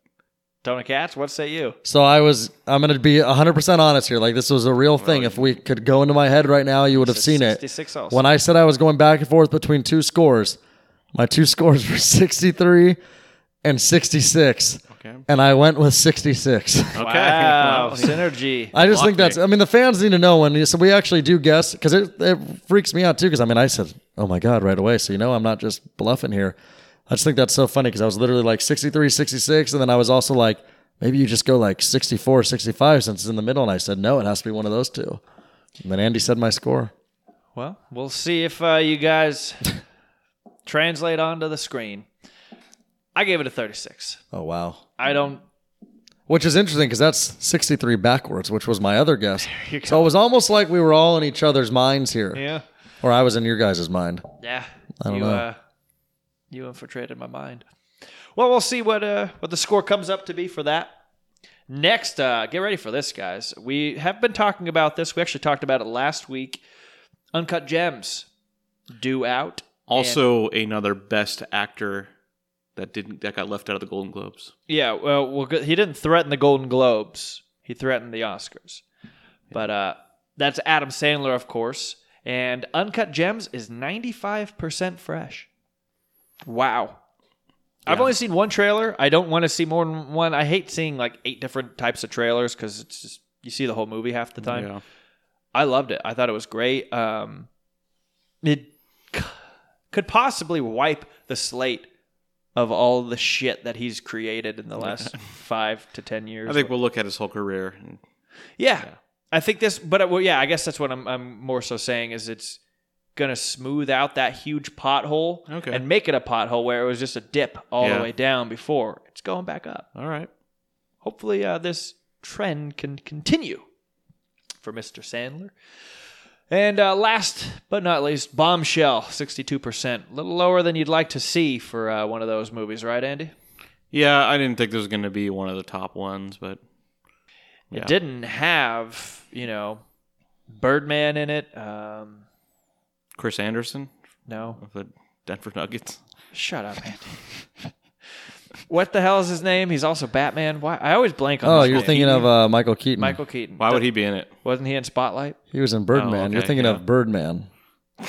[SPEAKER 2] Tony Katz, what say you?
[SPEAKER 4] So I was. I'm gonna be 100 percent honest here. Like this was a real thing. If we could go into my head right now, you would have seen it.
[SPEAKER 2] 66 also.
[SPEAKER 4] When I said I was going back and forth between two scores, my two scores were 63 and 66,
[SPEAKER 3] Okay.
[SPEAKER 4] and I went with 66.
[SPEAKER 3] Okay.
[SPEAKER 2] Wow, synergy.
[SPEAKER 4] I just
[SPEAKER 3] Block
[SPEAKER 4] think that's.
[SPEAKER 3] me.
[SPEAKER 4] I mean, the fans need to know when. So we actually do guess because it, it freaks me out too. Because I mean, I said, "Oh my god!" right away. So you know, I'm not just bluffing here. I just think that's so funny because I was literally like 63, 66, and then I was also like, maybe you just go like 64, 65 since it's in the middle. And I said, no, it has to be one of those two. And then Andy said my score.
[SPEAKER 2] Well, we'll see if uh, you guys translate onto the screen. I gave it a 36.
[SPEAKER 4] Oh wow.
[SPEAKER 2] I don't.
[SPEAKER 4] Which is interesting because that's 63 backwards, which was my other guess. So it was almost like we were all in each other's minds here,
[SPEAKER 2] Yeah.
[SPEAKER 4] or I was in your guys' mind.
[SPEAKER 2] Yeah.
[SPEAKER 4] I don't
[SPEAKER 2] you,
[SPEAKER 4] know.
[SPEAKER 2] Uh, you infiltrated my mind. Well, we'll see what uh, what the score comes up to be for that. Next, uh, get ready for this, guys. We have been talking about this. We actually talked about it last week. Uncut Gems due out.
[SPEAKER 3] Also, another Best Actor that didn't that got left out of the Golden Globes.
[SPEAKER 2] Yeah, well, well, good- he didn't threaten the Golden Globes. He threatened the Oscars. But uh, that's Adam Sandler, of course. And Uncut Gems is 95% fresh. Wow. I've only seen one trailer. I don't want to see more than one. I hate seeing like eight different types of trailers because it's just, you see the whole movie half the time.
[SPEAKER 3] Yeah.
[SPEAKER 2] I loved it. I thought it was great. Um, it c- could possibly wipe the slate of all the shit that he's created in the last five to ten years.
[SPEAKER 3] I think we'll look at his whole career. and-
[SPEAKER 2] yeah, I think this. But uh, well, yeah, I guess that's what I'm, I'm more so saying is it's gonna smooth out that huge pothole
[SPEAKER 3] Okay.
[SPEAKER 2] and make it a pothole where it was just a dip all
[SPEAKER 3] Yeah.
[SPEAKER 2] the way down before it's going back up.
[SPEAKER 3] All right.
[SPEAKER 2] Hopefully, uh, this trend can continue for Mr. Sandler. And uh, last but not least, Bombshell, 62%. A little lower than you'd like to see for uh, one of those movies, right, Andy?
[SPEAKER 3] Yeah, I didn't think this was going to be one of the top ones, but
[SPEAKER 2] It didn't have, you know, Birdman in it. Um,
[SPEAKER 3] Chris Anderson
[SPEAKER 2] no.
[SPEAKER 3] of the Denver Nuggets.
[SPEAKER 2] Shut up, Andy. what the hell is his name? He's also Batman. Why? I always blank on
[SPEAKER 4] Oh,
[SPEAKER 2] this
[SPEAKER 4] you're
[SPEAKER 2] one.
[SPEAKER 4] thinking of uh, Michael Keaton.
[SPEAKER 2] Michael Keaton.
[SPEAKER 3] Why would he be in it?
[SPEAKER 2] Wasn't he in Spotlight?
[SPEAKER 4] He was in Birdman.
[SPEAKER 3] Oh, okay,
[SPEAKER 4] you're thinking
[SPEAKER 3] yeah.
[SPEAKER 4] of Birdman.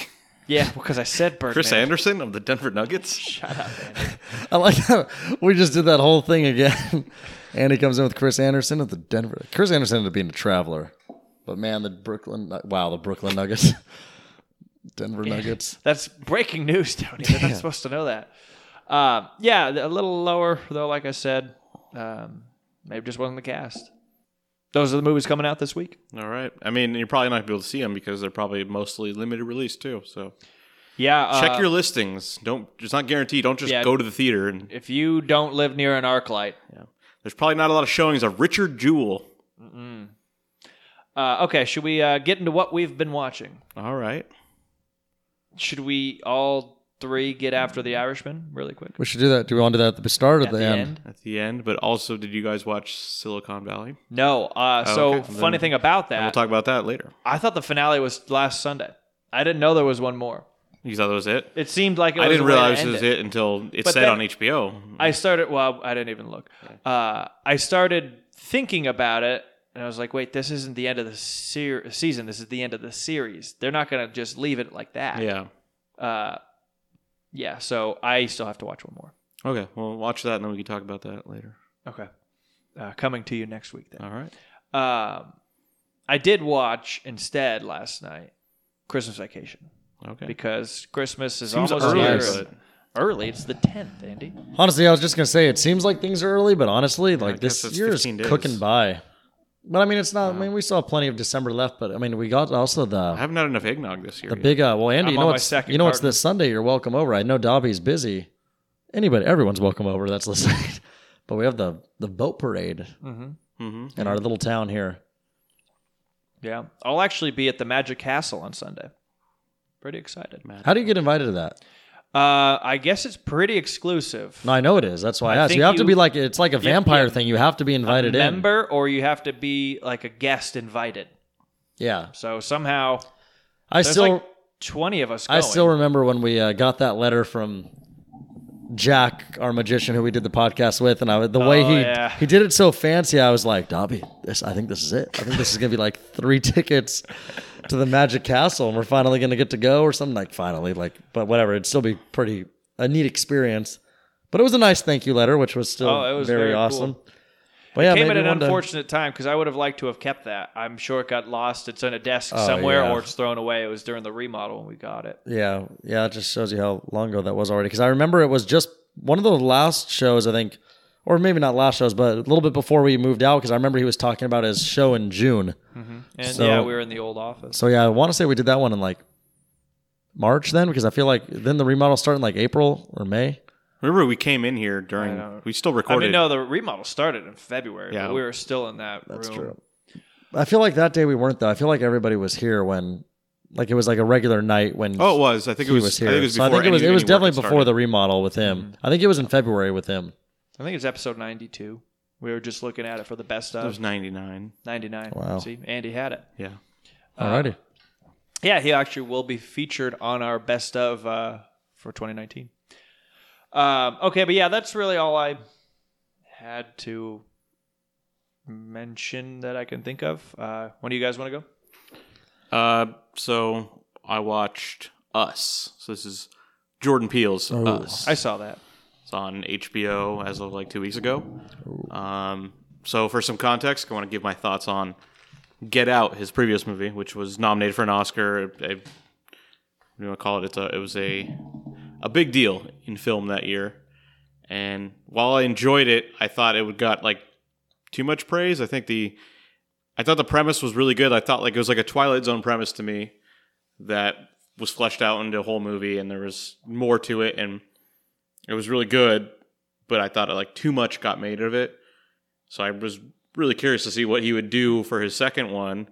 [SPEAKER 2] Yeah, because I said Birdman.
[SPEAKER 3] Chris Anderson of the Denver Nuggets.
[SPEAKER 4] I like how we just did that whole thing again. and he comes in with Chris Anderson at the Denver. Chris Anderson ended up being a traveler, but man, the Brooklyn. Wow, the Brooklyn Nuggets, Denver Nuggets.
[SPEAKER 2] That's breaking news, Tony. You're not supposed to know that. Um, yeah, a little lower though. Like I said, um, maybe just wasn't the cast. Those are the movies coming out this week.
[SPEAKER 3] All right. I mean, you're probably not gonna be able to see them because they're probably mostly limited release too. So
[SPEAKER 2] Yeah,
[SPEAKER 3] check
[SPEAKER 2] uh,
[SPEAKER 3] your listings. Don't it's not guaranteed. Don't just
[SPEAKER 2] Yeah.
[SPEAKER 3] go to the theater and
[SPEAKER 2] If you don't live near an arc light,
[SPEAKER 3] there's probably not a lot of showings of Richard Jewell.
[SPEAKER 2] uh, okay. Should we uh, get into what we've been watching?
[SPEAKER 3] All right.
[SPEAKER 2] Should we all three get after the Irishman really quick?
[SPEAKER 4] We should do that. Do we want to do that at the start or
[SPEAKER 2] At
[SPEAKER 4] the, end?
[SPEAKER 3] At the end, but also, did you guys watch Silicon Valley?
[SPEAKER 2] No. Uh,
[SPEAKER 3] Oh,
[SPEAKER 2] so
[SPEAKER 3] okay.
[SPEAKER 2] funny
[SPEAKER 3] Then-
[SPEAKER 2] thing about
[SPEAKER 3] And we'll
[SPEAKER 2] that,
[SPEAKER 3] talk about that later.
[SPEAKER 2] I thought the finale was last Sunday. I didn't know there was one more.
[SPEAKER 3] You thought that was it?
[SPEAKER 2] It seemed like it
[SPEAKER 3] I
[SPEAKER 2] was
[SPEAKER 3] didn't
[SPEAKER 2] a way to
[SPEAKER 3] realize
[SPEAKER 2] end
[SPEAKER 3] it was it until it
[SPEAKER 2] But
[SPEAKER 3] said
[SPEAKER 2] then-
[SPEAKER 3] on HBO.
[SPEAKER 2] I started. Well, I didn't even look. Uh, I started thinking about it, and I was like, "Wait, this isn't the end of the ser- season. This is the end of the series. They're not gonna just leave it like that."
[SPEAKER 3] Yeah.
[SPEAKER 2] Uh, yeah. So I still have to watch one more.
[SPEAKER 3] Okay. Well, watch that, and then we can talk about that later.
[SPEAKER 2] Okay. Uh, coming to you next week then.
[SPEAKER 3] All right.
[SPEAKER 2] Um, I did watch instead last night Christmas Vacation
[SPEAKER 3] Okay.
[SPEAKER 2] because Christmas is
[SPEAKER 3] Seems
[SPEAKER 2] almost
[SPEAKER 3] early,
[SPEAKER 2] here.
[SPEAKER 3] but
[SPEAKER 2] Early. It's the tenth, Andy.
[SPEAKER 4] Honestly, I was just gonna say it seems like things are early, but honestly, like
[SPEAKER 3] guess
[SPEAKER 4] this
[SPEAKER 3] it's
[SPEAKER 4] year is
[SPEAKER 3] 15 days.
[SPEAKER 4] cooking by. But I mean, it's not. I mean, we still have plenty of December left. But I mean, we got also the
[SPEAKER 3] I haven't had enough eggnog this year.
[SPEAKER 4] the
[SPEAKER 3] yet.
[SPEAKER 4] big. Uh, well, Andy,
[SPEAKER 2] I'm
[SPEAKER 4] you
[SPEAKER 2] on
[SPEAKER 4] know
[SPEAKER 2] my
[SPEAKER 4] it's
[SPEAKER 2] second
[SPEAKER 4] you know it's
[SPEAKER 2] carton.
[SPEAKER 4] this Sunday. You're welcome over. I know Dobby's busy. Anybody, everyone's welcome over that's listening. but we have the the boat parade
[SPEAKER 2] Mm-hmm.
[SPEAKER 3] Mhm.
[SPEAKER 4] in our little town here.
[SPEAKER 2] Yeah. I'll actually be at the Magic Castle on Sunday. Pretty excited.
[SPEAKER 4] How do you get invited to that?
[SPEAKER 2] Uh, I guess it's pretty exclusive.
[SPEAKER 4] No, I know it is. That's why I,
[SPEAKER 2] I
[SPEAKER 4] asked.
[SPEAKER 2] think
[SPEAKER 4] You have
[SPEAKER 2] you-
[SPEAKER 4] to be like it's like a
[SPEAKER 2] yeah.
[SPEAKER 4] vampire thing. You have to be invited in.
[SPEAKER 2] member, or you have to be like a guest invited.
[SPEAKER 4] Yeah,
[SPEAKER 2] So somehow
[SPEAKER 4] I
[SPEAKER 2] there's
[SPEAKER 4] still
[SPEAKER 2] like twenty of us. Going.
[SPEAKER 4] I still remember when we uh, got that letter from Jack, our magician, who we did the podcast with, and I was- the way
[SPEAKER 2] Oh,
[SPEAKER 4] he
[SPEAKER 2] yeah.
[SPEAKER 4] he did it so fancy, I was like, Dobby, this I think this is it. I think this is gonna be like three tickets to the Magic Castle, and we're finally gonna get to go or something like finally, like but whatever. It'd still be pretty a neat experience, but it was a nice thank you letter, which was still
[SPEAKER 2] Oh, it was
[SPEAKER 4] very,
[SPEAKER 2] very cool.
[SPEAKER 4] awesome. But yeah,
[SPEAKER 2] came at
[SPEAKER 4] maybe
[SPEAKER 2] an
[SPEAKER 4] one day-
[SPEAKER 2] unfortunate time because I would have liked to have kept that. I'm sure it got lost. It's on a desk
[SPEAKER 4] Oh,
[SPEAKER 2] somewhere,
[SPEAKER 4] yeah.
[SPEAKER 2] or it's thrown away. It was during the remodel when we got it.
[SPEAKER 4] Yeah, yeah, it just shows you how long ago that was already. Because I remember it was just one of the last shows, I think, or maybe not last shows, but a little bit before we moved out. Because I remember he was talking about his show in June.
[SPEAKER 2] And
[SPEAKER 4] So-
[SPEAKER 2] yeah, we were in the old office.
[SPEAKER 4] So yeah, I want to say we did that one in like March then, because I feel like then the remodel started in like April or May.
[SPEAKER 3] Remember, we came in here during.
[SPEAKER 2] don't-
[SPEAKER 3] We still
[SPEAKER 2] I
[SPEAKER 3] recorded.
[SPEAKER 2] mean, no, the remodel started in February.
[SPEAKER 3] Yeah.
[SPEAKER 2] but we were still in that room.
[SPEAKER 4] I feel like that day we weren't though. I feel like everybody was here when, like, it was like a regular night when.
[SPEAKER 3] Oh, it was. I think it
[SPEAKER 4] he
[SPEAKER 3] was.
[SPEAKER 4] was, here.
[SPEAKER 3] I think it was
[SPEAKER 4] so
[SPEAKER 3] before.
[SPEAKER 4] I think it
[SPEAKER 3] any-
[SPEAKER 4] was. It
[SPEAKER 3] any
[SPEAKER 4] was
[SPEAKER 3] work
[SPEAKER 4] definitely
[SPEAKER 3] had
[SPEAKER 4] before the
[SPEAKER 3] started.
[SPEAKER 4] remodel with him.
[SPEAKER 3] Mm-hmm.
[SPEAKER 4] I think it was in February with him.
[SPEAKER 2] I think it's episode 92. We were just looking at it for the best
[SPEAKER 3] It was
[SPEAKER 2] of
[SPEAKER 3] ninety nine.
[SPEAKER 2] 99.
[SPEAKER 4] Wow.
[SPEAKER 2] See, Andy had it.
[SPEAKER 3] Yeah.
[SPEAKER 4] Alrighty.
[SPEAKER 2] Yeah, he actually will be featured on our best of uh, for 2019. Um, okay, but yeah, that's really all I had to mention that I can think of. Uh, when do you guys want to go?
[SPEAKER 3] Uh,
[SPEAKER 4] Mm-hmm.
[SPEAKER 3] so I watched Us. So this is Jordan Peele's
[SPEAKER 4] Oh.
[SPEAKER 3] Us.
[SPEAKER 2] I saw that.
[SPEAKER 3] It's on HBO as of like two weeks ago. Um, so for some context, I want to give my thoughts on Get Out, his previous movie, which was nominated for an Oscar. I, what do you want to call it? It's a, it was a a big deal in film that year. And while I enjoyed it, I thought it would got like too much praise. I think the I thought the premise was really good. I thought like it was like a Twilight Zone premise to me that was fleshed out into a whole movie, and there was more to it, and it was really good. But I thought like too much got made of it, so I was really curious to see what he would do for his second one.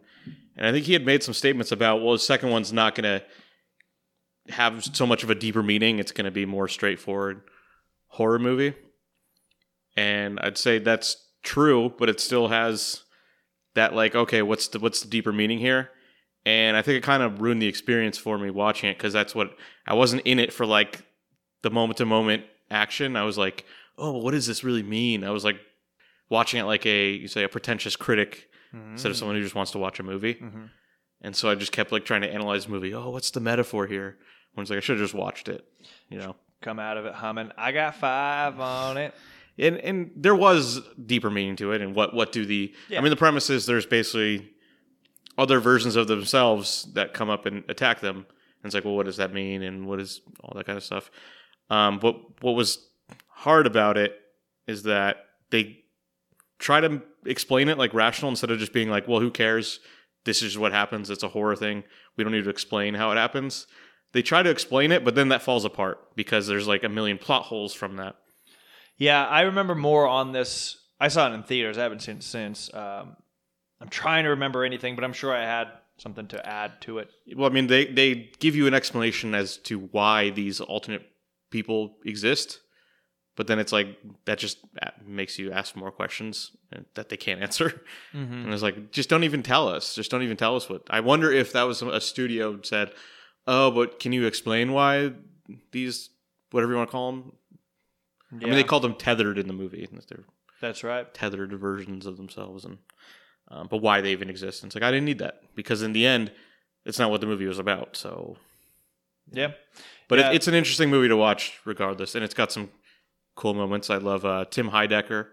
[SPEAKER 3] And I think he had made some statements about well, his second one's not gonna have so much of a deeper meaning. It's gonna be more straightforward horror movie. And I'd say that's true, but it still has that like okay what's the what's the deeper meaning here and i think it kind of ruined the experience for me watching it because that's what i wasn't in it for like the moment to moment action i was like oh well, what does this really mean i was like watching it like a you say a pretentious critic
[SPEAKER 2] Mm-hmm.
[SPEAKER 3] instead
[SPEAKER 2] Mm.
[SPEAKER 3] of someone who just wants to watch a movie and so i just kept like trying to analyze the movie oh what's the metaphor here when it's like i should have just watched it you know
[SPEAKER 2] Come out of it humming. I got five on it.
[SPEAKER 3] and and there was deeper meaning to it and what what do the
[SPEAKER 2] Yeah.
[SPEAKER 3] i mean the premise is there's basically other versions of themselves that come up and attack them and it's like well what does that mean and what is all that kind of stuff um but what was hard about it is that they try to explain it like rational instead of just being like well who cares this is what happens it's a horror thing we don't need to explain how it happens they try to explain it but then that falls apart because there's like a million plot holes from that
[SPEAKER 2] Yeah, I remember more on this. I saw it in theaters. I haven't seen it since. Um, I'm trying to remember anything, but I'm sure I had something to add to it.
[SPEAKER 3] Well, I mean, they they give you an explanation as to why these alternate people exist, but then it's like that just a- makes you ask more questions uh, that they can't answer.
[SPEAKER 2] Mm-hmm.
[SPEAKER 3] And it's like, just don't even tell us. Just don't even tell us what. I wonder if that was a studio said, "Oh, but can you explain why these whatever you want to call them?" I
[SPEAKER 2] Yeah,
[SPEAKER 3] mean, they called them tethered in the movie. They're
[SPEAKER 2] that's right.
[SPEAKER 3] tethered versions of themselves and um, but why they even exist and it's like i didn't need that because in the end it's not what the movie was about so
[SPEAKER 2] Yeah.
[SPEAKER 3] but
[SPEAKER 2] Yeah.
[SPEAKER 3] it, it's an interesting movie to watch regardless and it's got some cool moments i love uh, tim heidecker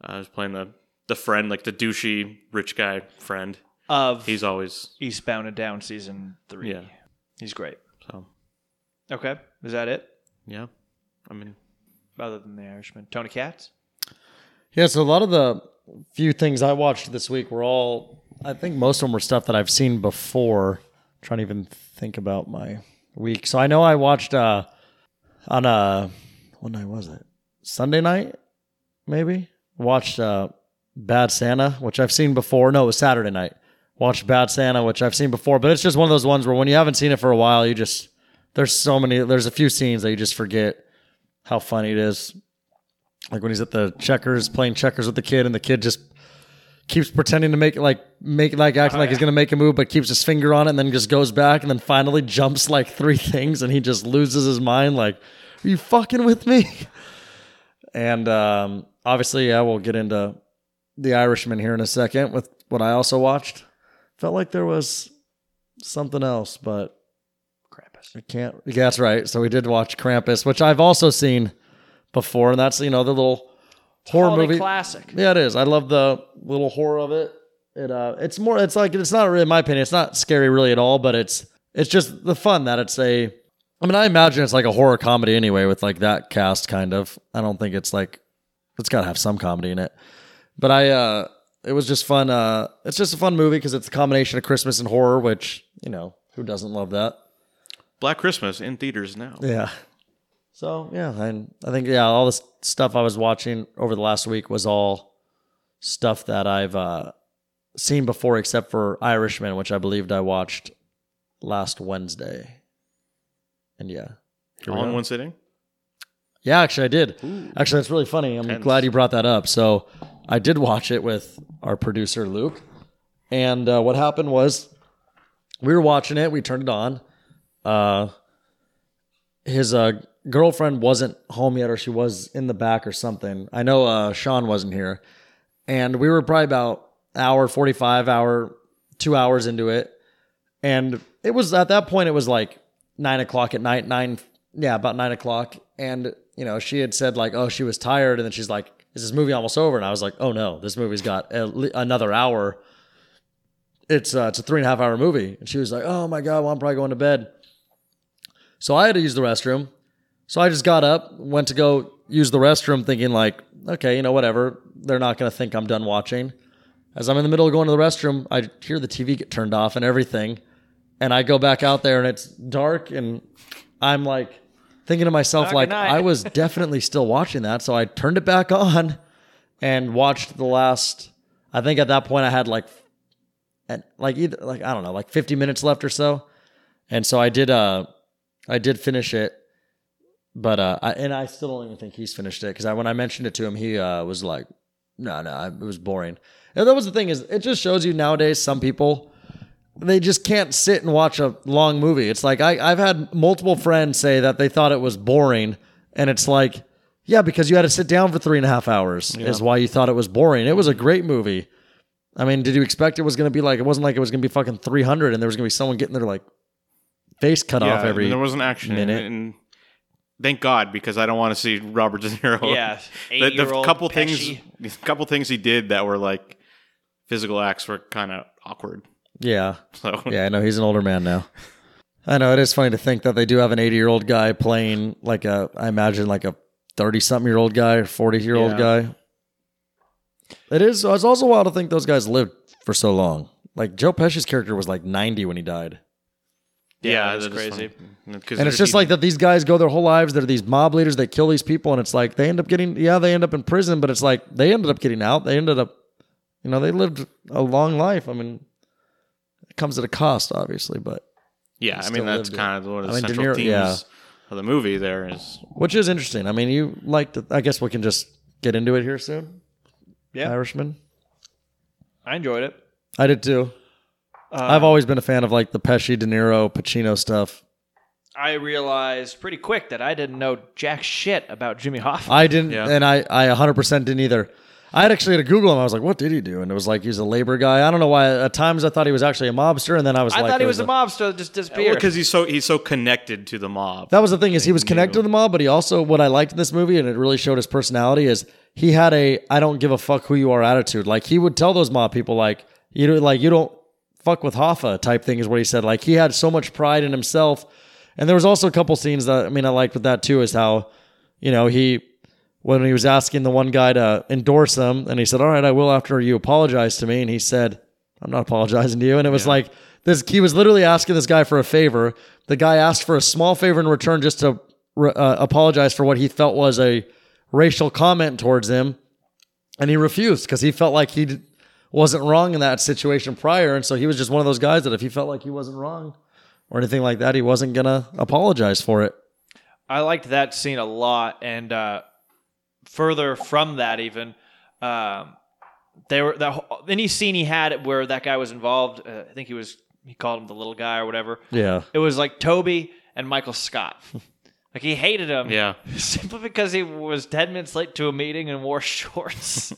[SPEAKER 3] uh, who's playing the the friend like the douchey rich guy friend
[SPEAKER 2] Of
[SPEAKER 3] he's always
[SPEAKER 2] Eastbound and Down season three.
[SPEAKER 3] Yeah.
[SPEAKER 2] He's great.
[SPEAKER 3] so
[SPEAKER 2] Okay. Is that it?
[SPEAKER 3] yeah i mean
[SPEAKER 2] Other than The Irishman. Tony Katz?
[SPEAKER 4] Yeah, so a lot of the few things I watched this week were all, I think most of them were stuff that I've seen before. trying to even think about my week. So I know I watched uh, on a, what night was it? Sunday night, maybe? Watched uh, Bad Santa, which I've seen before. No, it was Saturday night. Watched Bad Santa, which I've seen before, but it's just one of those ones where when you haven't seen it for a while, you just, there's so many, there's a few scenes that you just forget how funny it is like when he's at the checkers playing checkers with the kid and the kid just keeps pretending to make like make like acting like he's gonna make a move but keeps his finger on it and then just goes back and then finally jumps like three things and he just loses his mind like are you fucking with me and um obviously i will get into the irishman here in a second with what i also watched felt like there was something else but
[SPEAKER 2] Krampus.
[SPEAKER 4] I can't. Yeah, that's right. So we did watch Krampus, which I've also seen before, and that's you know the little horror
[SPEAKER 2] Holiday
[SPEAKER 4] movie.
[SPEAKER 2] classic.
[SPEAKER 4] Yeah, it is. I love the little horror of it. It uh, it's more. It's like it's not really, in my opinion, it's not scary really at all. But it's it's just the fun that it's a. I mean, I imagine it's like a horror comedy anyway, with like that cast kind of. I don't think it's like it's got to have some comedy in it. But I, uh, it was just fun. Uh, it's just a fun movie because it's a combination of Christmas and horror, which you know who doesn't love that.
[SPEAKER 3] black christmas in theaters now
[SPEAKER 4] Yeah. So yeah, and I think yeah, all this stuff I was watching over the last week was all stuff that I've uh, seen before, except for Irishman, which I believed I watched last Wednesday. And yeah, Here we
[SPEAKER 3] all in
[SPEAKER 4] go.
[SPEAKER 3] one sitting
[SPEAKER 4] yeah, actually, I did. Actually, that's really funny. I'm
[SPEAKER 3] Tense.
[SPEAKER 4] glad you brought that up. So I did watch it with our producer, Luke. And uh, what happened was we were watching it, we turned it on. Uh, his uh, girlfriend wasn't home yet, or she was in the back or something. I know uh, Sean wasn't here. And we were probably about hour 45, hour, two hours into it. And it was at that point, it was like nine o'clock at night, nine, yeah, about nine o'clock. And, you know, she had said, like, oh, she was tired. And then she's like, is this movie almost over? And I was like, oh no, this movie's got at le- another hour. It's, uh, it's a three and a half hour movie. And she was like, oh my God, well, I'm probably going to bed. So I had to use the restroom. So I just got up, went to go use the restroom, thinking, like, okay, you know, whatever. They're not going to think I'm done watching. As I'm in the middle of going to the restroom, I hear the TV get turned off and everything and I go back out there and it's dark and I'm like thinking to myself
[SPEAKER 2] Dark
[SPEAKER 4] like
[SPEAKER 2] night.
[SPEAKER 4] I was definitely still watching that so I turned it back on and watched the last I think at that point I had like and like either like I don't know like 50 minutes left or so and so I did uh I did finish it but uh I, and I still don't even think he's finished it cuz I when I mentioned it to him he uh was like no, no, I- it was boring. And that was the thing is, it just shows you nowadays some people they just can't sit and watch a long movie. It's like I, I've had multiple friends say that they thought it was boring, and it's like, yeah, because you had to sit down for three and a half hours is why you thought it was boring. It was a great movie. I mean, did you expect it was going to be like? It wasn't like it was going to be fucking three hundred, and there was going to be someone getting their like face cut
[SPEAKER 3] Yeah,
[SPEAKER 4] off
[SPEAKER 3] and
[SPEAKER 4] every.
[SPEAKER 3] there was an action in
[SPEAKER 4] minute.
[SPEAKER 3] it, and thank God because I don't want to see Robert De Niro.
[SPEAKER 2] Yeah,
[SPEAKER 3] the, the
[SPEAKER 2] eight-year-old
[SPEAKER 3] couple
[SPEAKER 2] Pesci.
[SPEAKER 3] things, the couple things he did that were like physical acts were kind of awkward.
[SPEAKER 4] yeah,
[SPEAKER 3] So
[SPEAKER 4] yeah, I know he's an older man now. I know it is funny to think that they do have an 80 year old guy playing like a, I imagine like a 30 something year old guy or 40 year old
[SPEAKER 3] Yeah.
[SPEAKER 4] guy. It is. It's also wild to think those guys lived for so long. Like Joe Pesci's character was like 90 when he died,
[SPEAKER 2] Yeah, that's
[SPEAKER 3] that is
[SPEAKER 2] crazy.
[SPEAKER 3] funny. 'Cause
[SPEAKER 4] and
[SPEAKER 3] there's
[SPEAKER 4] it's just
[SPEAKER 3] even-
[SPEAKER 4] like that. These guys go their whole lives. They're these mob leaders. They kill these people, and it's like they end up getting. Yeah, they end up in prison, but it's like they ended up getting out. They ended up, you know, they lived a long life. I mean, it comes at a cost, obviously, but
[SPEAKER 3] yeah. I
[SPEAKER 4] still
[SPEAKER 3] mean, that's
[SPEAKER 4] lived it.
[SPEAKER 3] kind of one of
[SPEAKER 4] I
[SPEAKER 3] the
[SPEAKER 4] mean, De
[SPEAKER 3] central
[SPEAKER 4] Niro-
[SPEAKER 3] themes
[SPEAKER 4] yeah.
[SPEAKER 3] of the movie. There is
[SPEAKER 4] Which is interesting. I mean, you liked it. I guess we can just get into it here soon.
[SPEAKER 2] Yeah.
[SPEAKER 4] Irishman.
[SPEAKER 2] I enjoyed it.
[SPEAKER 4] I did too.
[SPEAKER 2] Uh,
[SPEAKER 4] I've always been a fan of like the Pesci, De Niro, Pacino stuff.
[SPEAKER 2] I realized pretty quick that I didn't know jack shit about Jimmy Hoffa.
[SPEAKER 4] I didn't,
[SPEAKER 3] Yeah.
[SPEAKER 4] and I, I 100% didn't either. I had actually had to Google him. I was like, what did he do? And it was like, he's a labor guy. I don't know why. At times I thought he was actually a mobster, and then I was
[SPEAKER 2] I
[SPEAKER 4] like,
[SPEAKER 2] thought he
[SPEAKER 4] it
[SPEAKER 2] was a mobster that just disappeared.
[SPEAKER 3] because he's so he's so connected to the mob.
[SPEAKER 4] That was the thing is he was connected to the mob, but he also what I liked in this movie and it really showed his personality is he had a I don't give a fuck who you are attitude. Like he would tell those mob people like you know like you don't fuck with Hoffa type thing is what he said. Like he had so much pride in himself. And there was also a couple scenes that I mean I liked with that too is how you know he when he was asking the one guy to endorse him and he said all right I will after you apologize to me and he said I'm not apologizing to you. And it was like this. He was literally asking this guy for a favor. The guy asked for a small favor in return just to re- uh, apologize for what he felt was a racial comment towards him, and he refused because he felt like he d- wasn't wrong in that situation prior, and so he was just one of those guys that if he felt like he wasn't wrong or anything like that, he wasn't gonna apologize for it.
[SPEAKER 2] I liked that scene a lot, and uh, further from that, even um, they were that whole- any scene he had where that guy was involved. Uh, I think he was he called him the little guy or whatever.
[SPEAKER 4] Yeah,
[SPEAKER 2] It was like Toby and Michael Scott. like he hated him,
[SPEAKER 3] Yeah.
[SPEAKER 2] simply because he was ten minutes late to a meeting and wore shorts.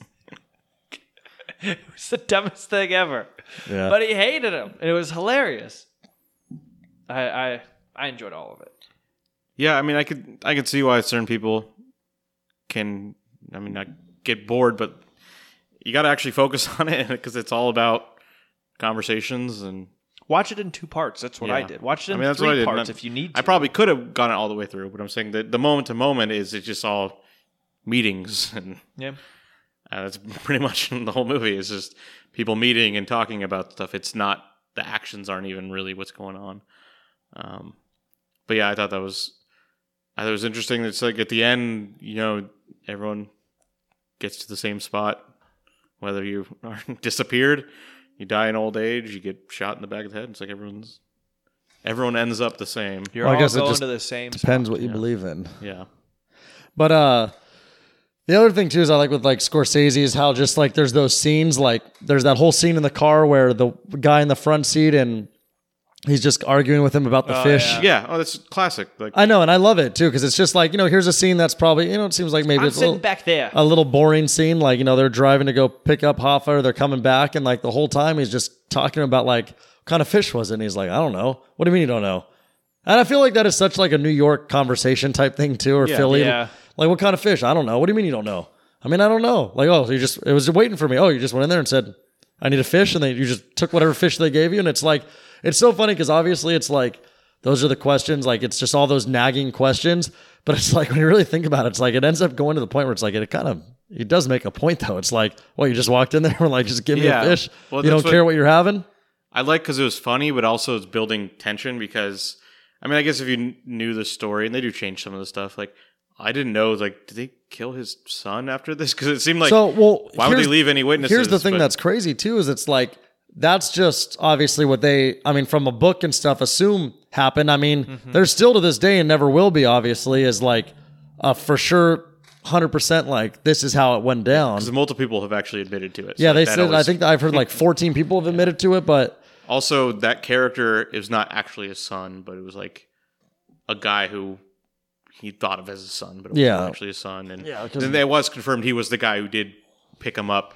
[SPEAKER 2] it was the dumbest thing ever,
[SPEAKER 4] yeah.
[SPEAKER 2] but he hated him, and it was hilarious. I I, I enjoyed all of it.
[SPEAKER 3] Yeah, I mean, I could I could see why certain people can, I mean, not get bored, but you got to actually focus on it because it's all about conversations and.
[SPEAKER 2] Watch it in two parts. That's what I
[SPEAKER 3] Yeah.
[SPEAKER 2] did. Watch it
[SPEAKER 3] I
[SPEAKER 2] in
[SPEAKER 3] mean, that's what I
[SPEAKER 2] three
[SPEAKER 3] did.
[SPEAKER 2] parts
[SPEAKER 3] Not-
[SPEAKER 2] if you need to.
[SPEAKER 3] I probably could have gone it all the way through, but I'm saying that the moment to moment is it's just all meetings, and
[SPEAKER 2] yeah.
[SPEAKER 3] uh, that's pretty much the whole movie. It's just people meeting and talking about stuff. It's not the actions aren't even really what's going on. Um, but yeah, I thought that was I thought it was interesting. It's like at the end, you know, everyone gets to the same spot, whether you are disappeared, you die in old age, you get shot in the back of the head. It's like everyone's everyone ends up the same.
[SPEAKER 2] You're
[SPEAKER 4] Well, I
[SPEAKER 2] all
[SPEAKER 4] guess it
[SPEAKER 2] going
[SPEAKER 4] just
[SPEAKER 2] to the same.
[SPEAKER 4] Depends what you believe in.
[SPEAKER 3] Yeah.
[SPEAKER 4] But uh the other thing too is I like with like Scorsese is how just like there's those scenes like there's that whole scene in the car where the guy in the front seat and he's just arguing with him about the
[SPEAKER 2] Oh,
[SPEAKER 4] fish.
[SPEAKER 2] yeah.
[SPEAKER 3] Yeah. Oh, that's classic. Like
[SPEAKER 4] I know, and I love it too because it's just like you know here's a scene that's probably you know it seems like maybe
[SPEAKER 2] I'm
[SPEAKER 4] it's a
[SPEAKER 2] sitting
[SPEAKER 4] little,
[SPEAKER 2] back there.
[SPEAKER 4] a little boring scene like you know they're driving to go pick up Hoffa they're coming back and like the whole time he's just talking about like what kind of fish was it and he's like I don't know what do you mean you don't know and I feel like that is such like a New York conversation type thing too or Philly
[SPEAKER 2] yeah.
[SPEAKER 4] like what kind of fish I don't know what do you mean you don't know I mean I don't know like oh so you just it was waiting for me oh you just went in there and said I need a fish and then you just took whatever fish they gave you and it's like it's so funny because obviously it's like those are the questions like it's just all those nagging questions but it's like when you really think about it it's like it ends up going to the point where it's like it kind of it does make a point though it's like well you just walked in there and like just give me
[SPEAKER 3] Yeah.
[SPEAKER 4] a fish
[SPEAKER 3] Well,
[SPEAKER 4] you don't
[SPEAKER 3] that's what-
[SPEAKER 4] care what you're having
[SPEAKER 3] I like because it was funny, but also it's building tension because I mean, I guess if you kn- knew the story, and they do change some of the stuff. Like I didn't know. Like, did they kill his son after this? Because it seemed like
[SPEAKER 4] so well
[SPEAKER 3] why would they
[SPEAKER 4] here's-
[SPEAKER 3] leave any witnesses?
[SPEAKER 4] Here's the thing
[SPEAKER 3] But-
[SPEAKER 4] that's crazy too is it's like that's just obviously what they I mean from a book and stuff assume
[SPEAKER 3] Mm-hmm.
[SPEAKER 4] happened. I mean, there's still to this day and never will be obviously is like a uh, for sure 100% like this is how it went down.
[SPEAKER 3] Because multiple people have actually admitted to it. so
[SPEAKER 4] Yeah, they
[SPEAKER 3] that
[SPEAKER 4] said I
[SPEAKER 3] always-
[SPEAKER 4] think that I've heard like 14 people have admitted to it, but
[SPEAKER 3] Also, that character is not actually his son, but it was like a guy who he thought of as his son, but it
[SPEAKER 4] Yeah.
[SPEAKER 3] wasn't actually his son. And
[SPEAKER 4] Yeah, 'cause-
[SPEAKER 3] then that was confirmed he was the guy who did pick him up.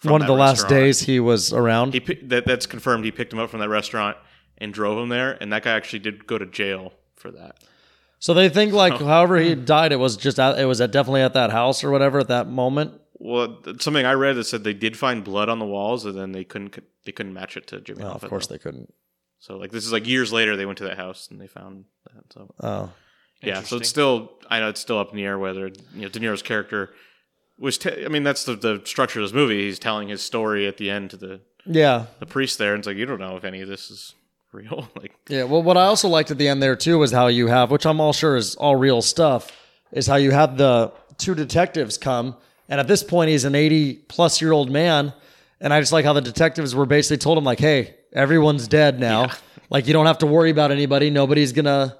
[SPEAKER 3] from
[SPEAKER 4] one of
[SPEAKER 3] that
[SPEAKER 4] the last
[SPEAKER 3] restaurant.
[SPEAKER 4] days he was around.
[SPEAKER 3] he pi- that that's confirmed. He picked him up from that restaurant and drove him there, and that guy actually did go to jail for that.
[SPEAKER 4] so they think like
[SPEAKER 3] Oh.
[SPEAKER 4] however
[SPEAKER 3] Mm.
[SPEAKER 4] he died it was just at, it was at definitely at that house or whatever at that moment.
[SPEAKER 3] Well, th- something I read that said they did find blood on the walls, and then they couldn't c- they couldn't match it to Jimmy.
[SPEAKER 4] Oh,
[SPEAKER 3] Hoffa,
[SPEAKER 4] of course
[SPEAKER 3] though.
[SPEAKER 4] they couldn't.
[SPEAKER 3] So like this is like years later, they went to that house and they found that. So
[SPEAKER 4] Oh.
[SPEAKER 3] yeah, so
[SPEAKER 2] Interesting.
[SPEAKER 3] it's still I know it's still up in the air whether you know De Niro's character was. T- I mean, that's the the structure of this movie. He's telling his story at the end to the
[SPEAKER 4] Yeah.
[SPEAKER 3] the priest there, and it's like you don't know if any of this is real. like
[SPEAKER 4] Yeah, well, what I also liked at the end there too was how you have, which I'm all sure is all real stuff, is how you have the two detectives come, and at this point he's an 80 plus year old man, and I just like how the detectives were basically told him like, hey, everyone's dead now, like you don't have to worry about anybody, nobody's gonna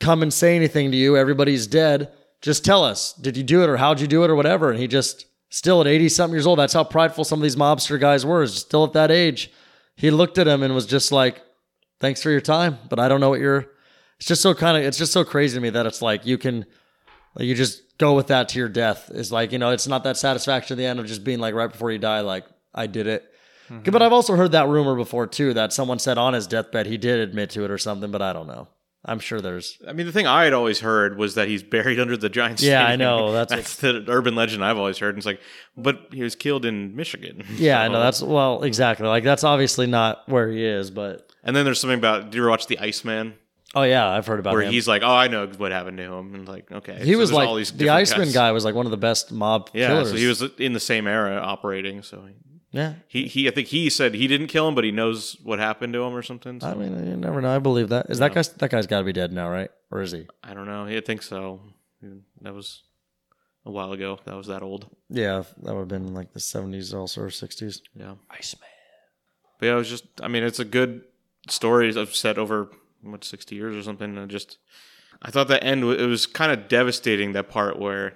[SPEAKER 4] come and say anything to you, everybody's dead, just tell us, did you do it or how'd you do it or whatever, and he just still at 80 something years old, that's how prideful some of these mobster guys were, is still at that age, he looked at him and was just like thanks for your time, but I don't know what you're. It's just so kind of. It's just so crazy to me that it's like you can, like you just go with that to your death. Is like you know, it's not that satisfaction at the end of just being like right before you die, like I did it.
[SPEAKER 3] Mm-hmm.
[SPEAKER 4] But I've also heard that rumor before too that someone said on his deathbed he did admit to it or something, but I don't know. I'm sure there's.
[SPEAKER 3] I mean, the thing I had always heard was that he's buried under the giant.
[SPEAKER 4] Yeah, I
[SPEAKER 3] stadium.
[SPEAKER 4] know, that's
[SPEAKER 3] that's the urban legend I've always heard. And it's like, but he was killed in Michigan.
[SPEAKER 4] Yeah, I
[SPEAKER 3] So-
[SPEAKER 4] know that's well exactly. Like that's obviously not where he is, but
[SPEAKER 3] And then there's something about. Did you ever watch The Iceman?
[SPEAKER 4] oh yeah, I've heard about
[SPEAKER 3] Where
[SPEAKER 4] him.
[SPEAKER 3] he's like, oh, I know what happened to him, and like, okay,
[SPEAKER 4] he
[SPEAKER 3] So
[SPEAKER 4] was
[SPEAKER 3] there's
[SPEAKER 4] like
[SPEAKER 3] all these
[SPEAKER 4] the
[SPEAKER 3] different
[SPEAKER 4] Iceman
[SPEAKER 3] guys.
[SPEAKER 4] guy was like one of the best mob
[SPEAKER 3] Yeah,
[SPEAKER 4] killers.
[SPEAKER 3] so he was in the same era operating. So
[SPEAKER 4] yeah.
[SPEAKER 3] he, he, I think he said he didn't kill him, but he knows what happened to him or something. So
[SPEAKER 4] I mean, you never know. I believe that. Is that guy? That guy's got to be dead now, right? Or is he?
[SPEAKER 3] I don't know. I think so. That was a while ago. That was that old.
[SPEAKER 4] Yeah, that would have been like the seventies, also or sixties.
[SPEAKER 3] Yeah.
[SPEAKER 2] Iceman.
[SPEAKER 3] But yeah, it was just. I mean, it's a good story I've set over what sixty years or something. And just, I thought that end. wa- It was kind of devastating that part where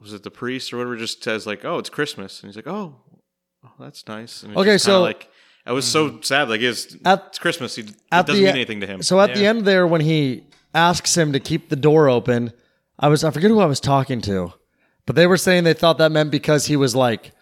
[SPEAKER 3] was it the priest or whatever just says like, "Oh, it's Christmas," and he's like, "Oh, oh, that's nice." And it's
[SPEAKER 4] Okay,
[SPEAKER 3] just kinda
[SPEAKER 4] so-
[SPEAKER 3] like. I was so sad. Like it's,
[SPEAKER 4] At-
[SPEAKER 3] it's Christmas. He, it
[SPEAKER 4] at
[SPEAKER 3] doesn't
[SPEAKER 4] the-
[SPEAKER 3] mean anything to him.
[SPEAKER 4] So at the end there, when he asks him to keep the door open, I was I forget who I was talking to, but they were saying they thought that meant because he was like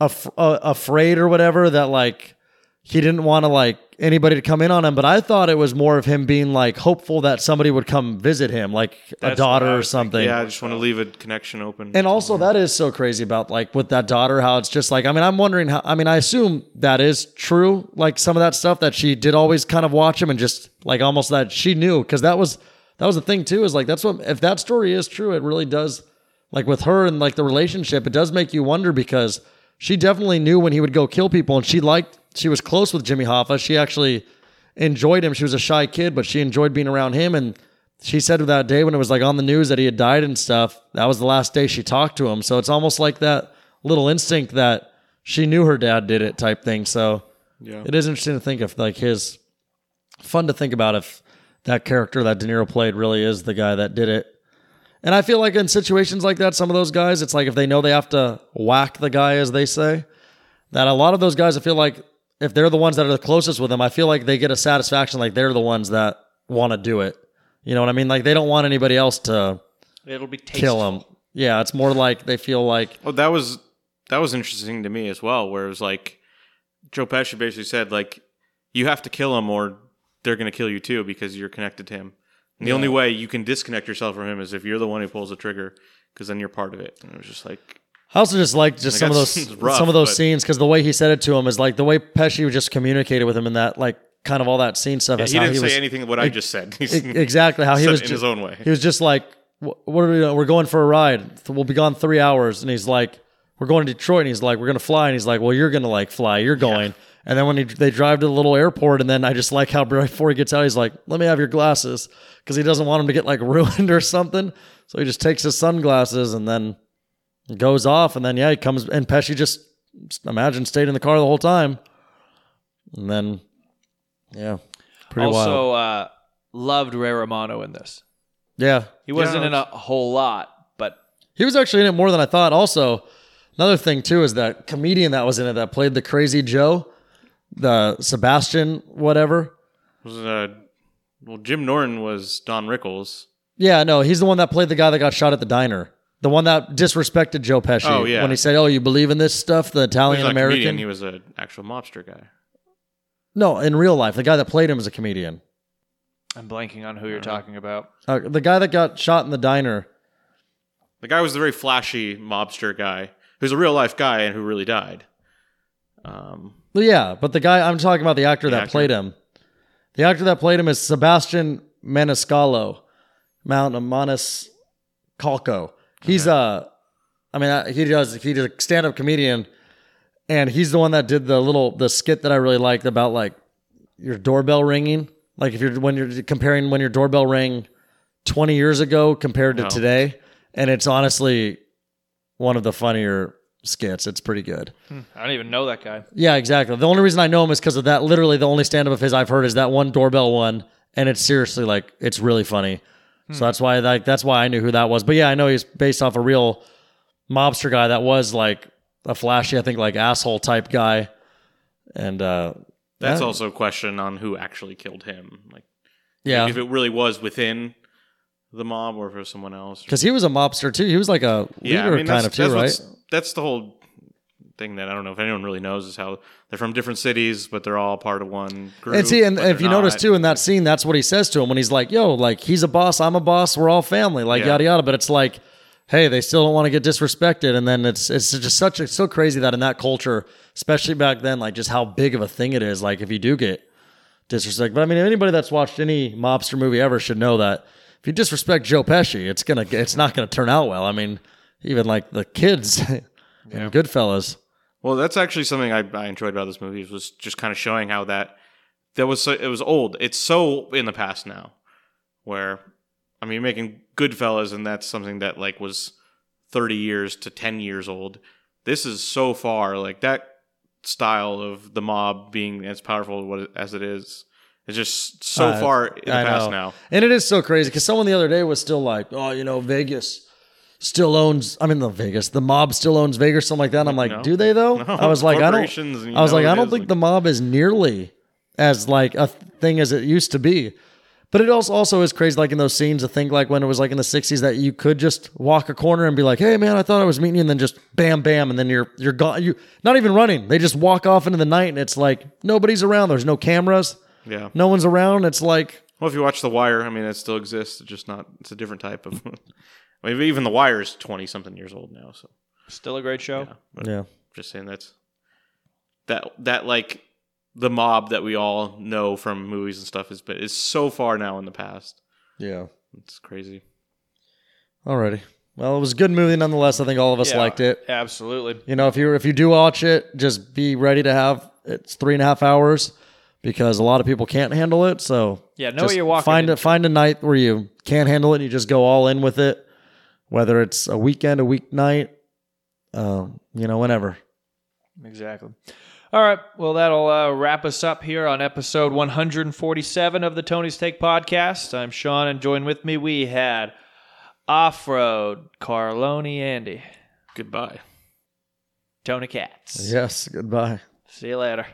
[SPEAKER 4] af- uh, afraid or whatever that like he didn't want to like anybody to come in on him. But I thought it was more of him being like hopeful that somebody would come visit him, like a
[SPEAKER 2] That's
[SPEAKER 4] daughter
[SPEAKER 2] what I
[SPEAKER 4] or
[SPEAKER 2] was
[SPEAKER 4] something.
[SPEAKER 3] yeah, I just want to leave a connection open.
[SPEAKER 4] And also, that is so crazy about like with that daughter, how it's just like, I mean, I'm wondering how, I mean, I assume that is true. Like some of that stuff that she did always kind of watch him and just like almost that she knew. Cause that was, that was the thing too, is like, that's what, if that story is true, it really does, like with her and like the relationship, it does make you wonder because she definitely knew when he would go kill people and she liked, she was close with Jimmy Hoffa. She actually, enjoyed him. She was a shy kid, but she enjoyed being around him. And she said that day when it was like on the news that he had died and stuff, that was the last day she talked to him. So it's almost like that little instinct that she knew her dad did it type thing. So
[SPEAKER 3] Yeah.
[SPEAKER 4] it is interesting to think if like his fun to think about if that character that De Niro played really is the guy that did it. And I feel like in situations like that, some of those guys, it's like if they know they have to whack the guy, as they say, that a lot of those guys, I feel like if they're the ones that are the closest with them, I feel like they get a satisfaction like they're the ones that want to do it. You know what I mean? Like they don't want anybody else to
[SPEAKER 2] It'll be tasteful.
[SPEAKER 4] kill them. Yeah, it's more like they feel like
[SPEAKER 3] Well, that was that was interesting to me as well. Where it was like Joe Pesci basically said, like, you have to kill him or they're going to kill you too because you're connected to him. And the only way you can disconnect yourself from him is if you're the one who pulls the trigger because then you're part of it. And it was just like,
[SPEAKER 4] I also just like just some
[SPEAKER 3] Like,
[SPEAKER 4] of
[SPEAKER 3] that's-
[SPEAKER 4] those
[SPEAKER 3] it's rough,
[SPEAKER 4] some of those
[SPEAKER 3] but-
[SPEAKER 4] scenes because the way he said it to him is like the way Pesci would just communicated with him in that like kind of all that scene stuff. is
[SPEAKER 3] he
[SPEAKER 4] how
[SPEAKER 3] didn't say
[SPEAKER 4] was-
[SPEAKER 3] anything of what I just said. He's
[SPEAKER 4] e- exactly how he
[SPEAKER 3] said
[SPEAKER 4] was
[SPEAKER 3] it in
[SPEAKER 4] ju-
[SPEAKER 3] his own way.
[SPEAKER 4] He was just like, "Wh- "What are we doing? We're going for a ride. Th- We'll be gone three hours." And he's like, "We're going to Detroit." And he's like, "We're gonna fly." And he's like, "Well, you're gonna like fly. You're going." And then when he, they drive to the little airport, and then I just like how right before he gets out, he's like, "Let me have your glasses," because he doesn't want him to get like ruined or something. So he just takes his sunglasses and then goes off, and then yeah, he comes and Pesci just just imagine stayed in the car the whole time, and then yeah, pretty wild.
[SPEAKER 2] also, uh, loved Ray Romano in this.
[SPEAKER 4] Yeah,
[SPEAKER 2] He wasn't
[SPEAKER 3] Yeah,
[SPEAKER 2] in a whole lot, but
[SPEAKER 4] He was actually in it more than I thought. Also, another thing too is that comedian that was in it that played the crazy Joe, the Sebastian whatever.
[SPEAKER 3] Was uh, well, Jim Norton was Don Rickles.
[SPEAKER 4] Yeah, no, he's the one that played the guy that got shot at the diner. The one that disrespected Joe Pesci
[SPEAKER 3] Oh, yeah.
[SPEAKER 4] when he said, "Oh, you believe in this stuff?" The
[SPEAKER 3] He was
[SPEAKER 4] Italian
[SPEAKER 3] not a comedian.
[SPEAKER 4] American.
[SPEAKER 3] He was an actual mobster guy.
[SPEAKER 4] no, in real life, the guy that played him was a comedian.
[SPEAKER 2] I'm blanking on who
[SPEAKER 3] Uh-huh.
[SPEAKER 2] you're talking about.
[SPEAKER 4] Uh, the guy that got shot in the diner.
[SPEAKER 3] The guy was the very flashy mobster guy who's a real life guy and who really died. Um,
[SPEAKER 4] Well, Yeah, but the guy I'm talking about, the actor
[SPEAKER 3] The
[SPEAKER 4] that
[SPEAKER 3] actor.
[SPEAKER 4] played him, the actor that played him is Sebastian Maniscalco, Mount Manis Calco. He's uh, I mean, I- he does he did a stand up comedian, and he's the one that did the little the skit that I really liked about like your doorbell ringing, like if you're when you're comparing when your doorbell rang 20 years ago compared to
[SPEAKER 3] No.
[SPEAKER 4] today, and it's honestly one of the funnier skits. It's pretty good.
[SPEAKER 2] Hmm. I don't even know that guy.
[SPEAKER 4] Yeah, exactly. The only reason I know him is because of that. Literally, the only stand up of his I've heard is that one doorbell one, and it's seriously like it's really funny.
[SPEAKER 3] Hmm.
[SPEAKER 4] So that's why like that's why I knew who that was. But yeah, I know he's based off a real mobster guy that was like a flashy, I think like asshole type guy, and uh
[SPEAKER 3] that's
[SPEAKER 4] Yeah.
[SPEAKER 3] also a question on who actually killed him. Like,
[SPEAKER 4] yeah,
[SPEAKER 3] if it really was within the mob or if it was someone else.
[SPEAKER 4] because he was a mobster too. He was like a leader
[SPEAKER 3] yeah, I mean,
[SPEAKER 4] kind
[SPEAKER 3] that's,
[SPEAKER 4] of too,
[SPEAKER 3] that's,
[SPEAKER 4] right?
[SPEAKER 3] what's- that's the whole thing that I don't know if anyone really knows is how they're from different cities, but they're all part of one group.
[SPEAKER 4] And see, and
[SPEAKER 3] but
[SPEAKER 4] if
[SPEAKER 3] they're
[SPEAKER 4] you notice
[SPEAKER 3] not.
[SPEAKER 4] too in that scene, that's what he says to him when he's like, "Yo, like he's a boss, I'm a boss, we're all family, like
[SPEAKER 3] Yeah.
[SPEAKER 4] yada yada." But it's like, hey, they still don't want to get disrespected, and then it's it's just such it's so crazy that in that culture, especially back then, like just how big of a thing it is. Like if you do get disrespect, but I mean, anybody that's watched any mobster movie ever should know that if you disrespect Joe Pesci, it's gonna it's not gonna turn out well. I mean, even like the kids and Goodfellas.
[SPEAKER 3] Well, that's actually something I, I enjoyed about this movie was just kind of showing how that that was so, it was old. It's so in the past now, where I mean, making Goodfellas, and that's something that like was thirty years to ten years old. This is so far like that style of the mob being as powerful what it- as it is. It's just so
[SPEAKER 4] Uh,
[SPEAKER 3] far in the
[SPEAKER 4] I
[SPEAKER 3] past
[SPEAKER 4] know.
[SPEAKER 3] now.
[SPEAKER 4] And it is so crazy because someone the other day was still like, oh, you know, Vegas still owns, I mean, the Vegas, the mob still owns Vegas, something like that. And I'm like,
[SPEAKER 3] no.
[SPEAKER 4] do they though?
[SPEAKER 3] No,
[SPEAKER 4] I was like, I don't,
[SPEAKER 3] corporations, and you
[SPEAKER 4] I was
[SPEAKER 3] know
[SPEAKER 4] like,
[SPEAKER 3] it
[SPEAKER 4] I don't
[SPEAKER 3] is,
[SPEAKER 4] think
[SPEAKER 3] like-
[SPEAKER 4] the mob is nearly as like a thing as it used to be. But it also also is crazy, like in those scenes, to think like when it was like in the '60s that you could just walk a corner and be like, "Hey, man, I thought I was meeting you," and then just bam, bam, and then you're you're gone. You not even running; they just walk off into the night, and it's like nobody's around. There's no cameras,
[SPEAKER 3] Yeah.
[SPEAKER 4] no one's around. It's like
[SPEAKER 3] Well, if you watch The Wire, I mean, it still exists. It's just not. It's a different type of. I mean, even The Wire is twenty something years old now. So
[SPEAKER 2] Still a great show.
[SPEAKER 3] yeah, but
[SPEAKER 4] yeah.
[SPEAKER 3] just saying that's that that like the mob that we all know from movies and stuff is, but it's so far now in the past.
[SPEAKER 4] Yeah.
[SPEAKER 3] It's crazy.
[SPEAKER 4] Alrighty. Well, it was a good movie nonetheless. I think all of us
[SPEAKER 2] Yeah,
[SPEAKER 4] liked it.
[SPEAKER 2] Absolutely.
[SPEAKER 4] You know, if you if you do watch it, just be ready to have it's three and a half hours because a lot of people can't handle it. So
[SPEAKER 2] Yeah, know
[SPEAKER 4] just
[SPEAKER 2] what you're walking
[SPEAKER 4] Find a,
[SPEAKER 2] into.
[SPEAKER 4] find a night where you can't handle it. and You just go all in with it, whether it's a weekend, a weeknight, um, you know, whenever.
[SPEAKER 2] Exactly. All right. Well, that'll uh, wrap us up here on episode 147 of the Tony's Take podcast. I'm Sean, and join with me we had off road Carloni Andy,
[SPEAKER 3] Goodbye.
[SPEAKER 2] Tony Katz.
[SPEAKER 4] Yes. Goodbye.
[SPEAKER 2] See you later.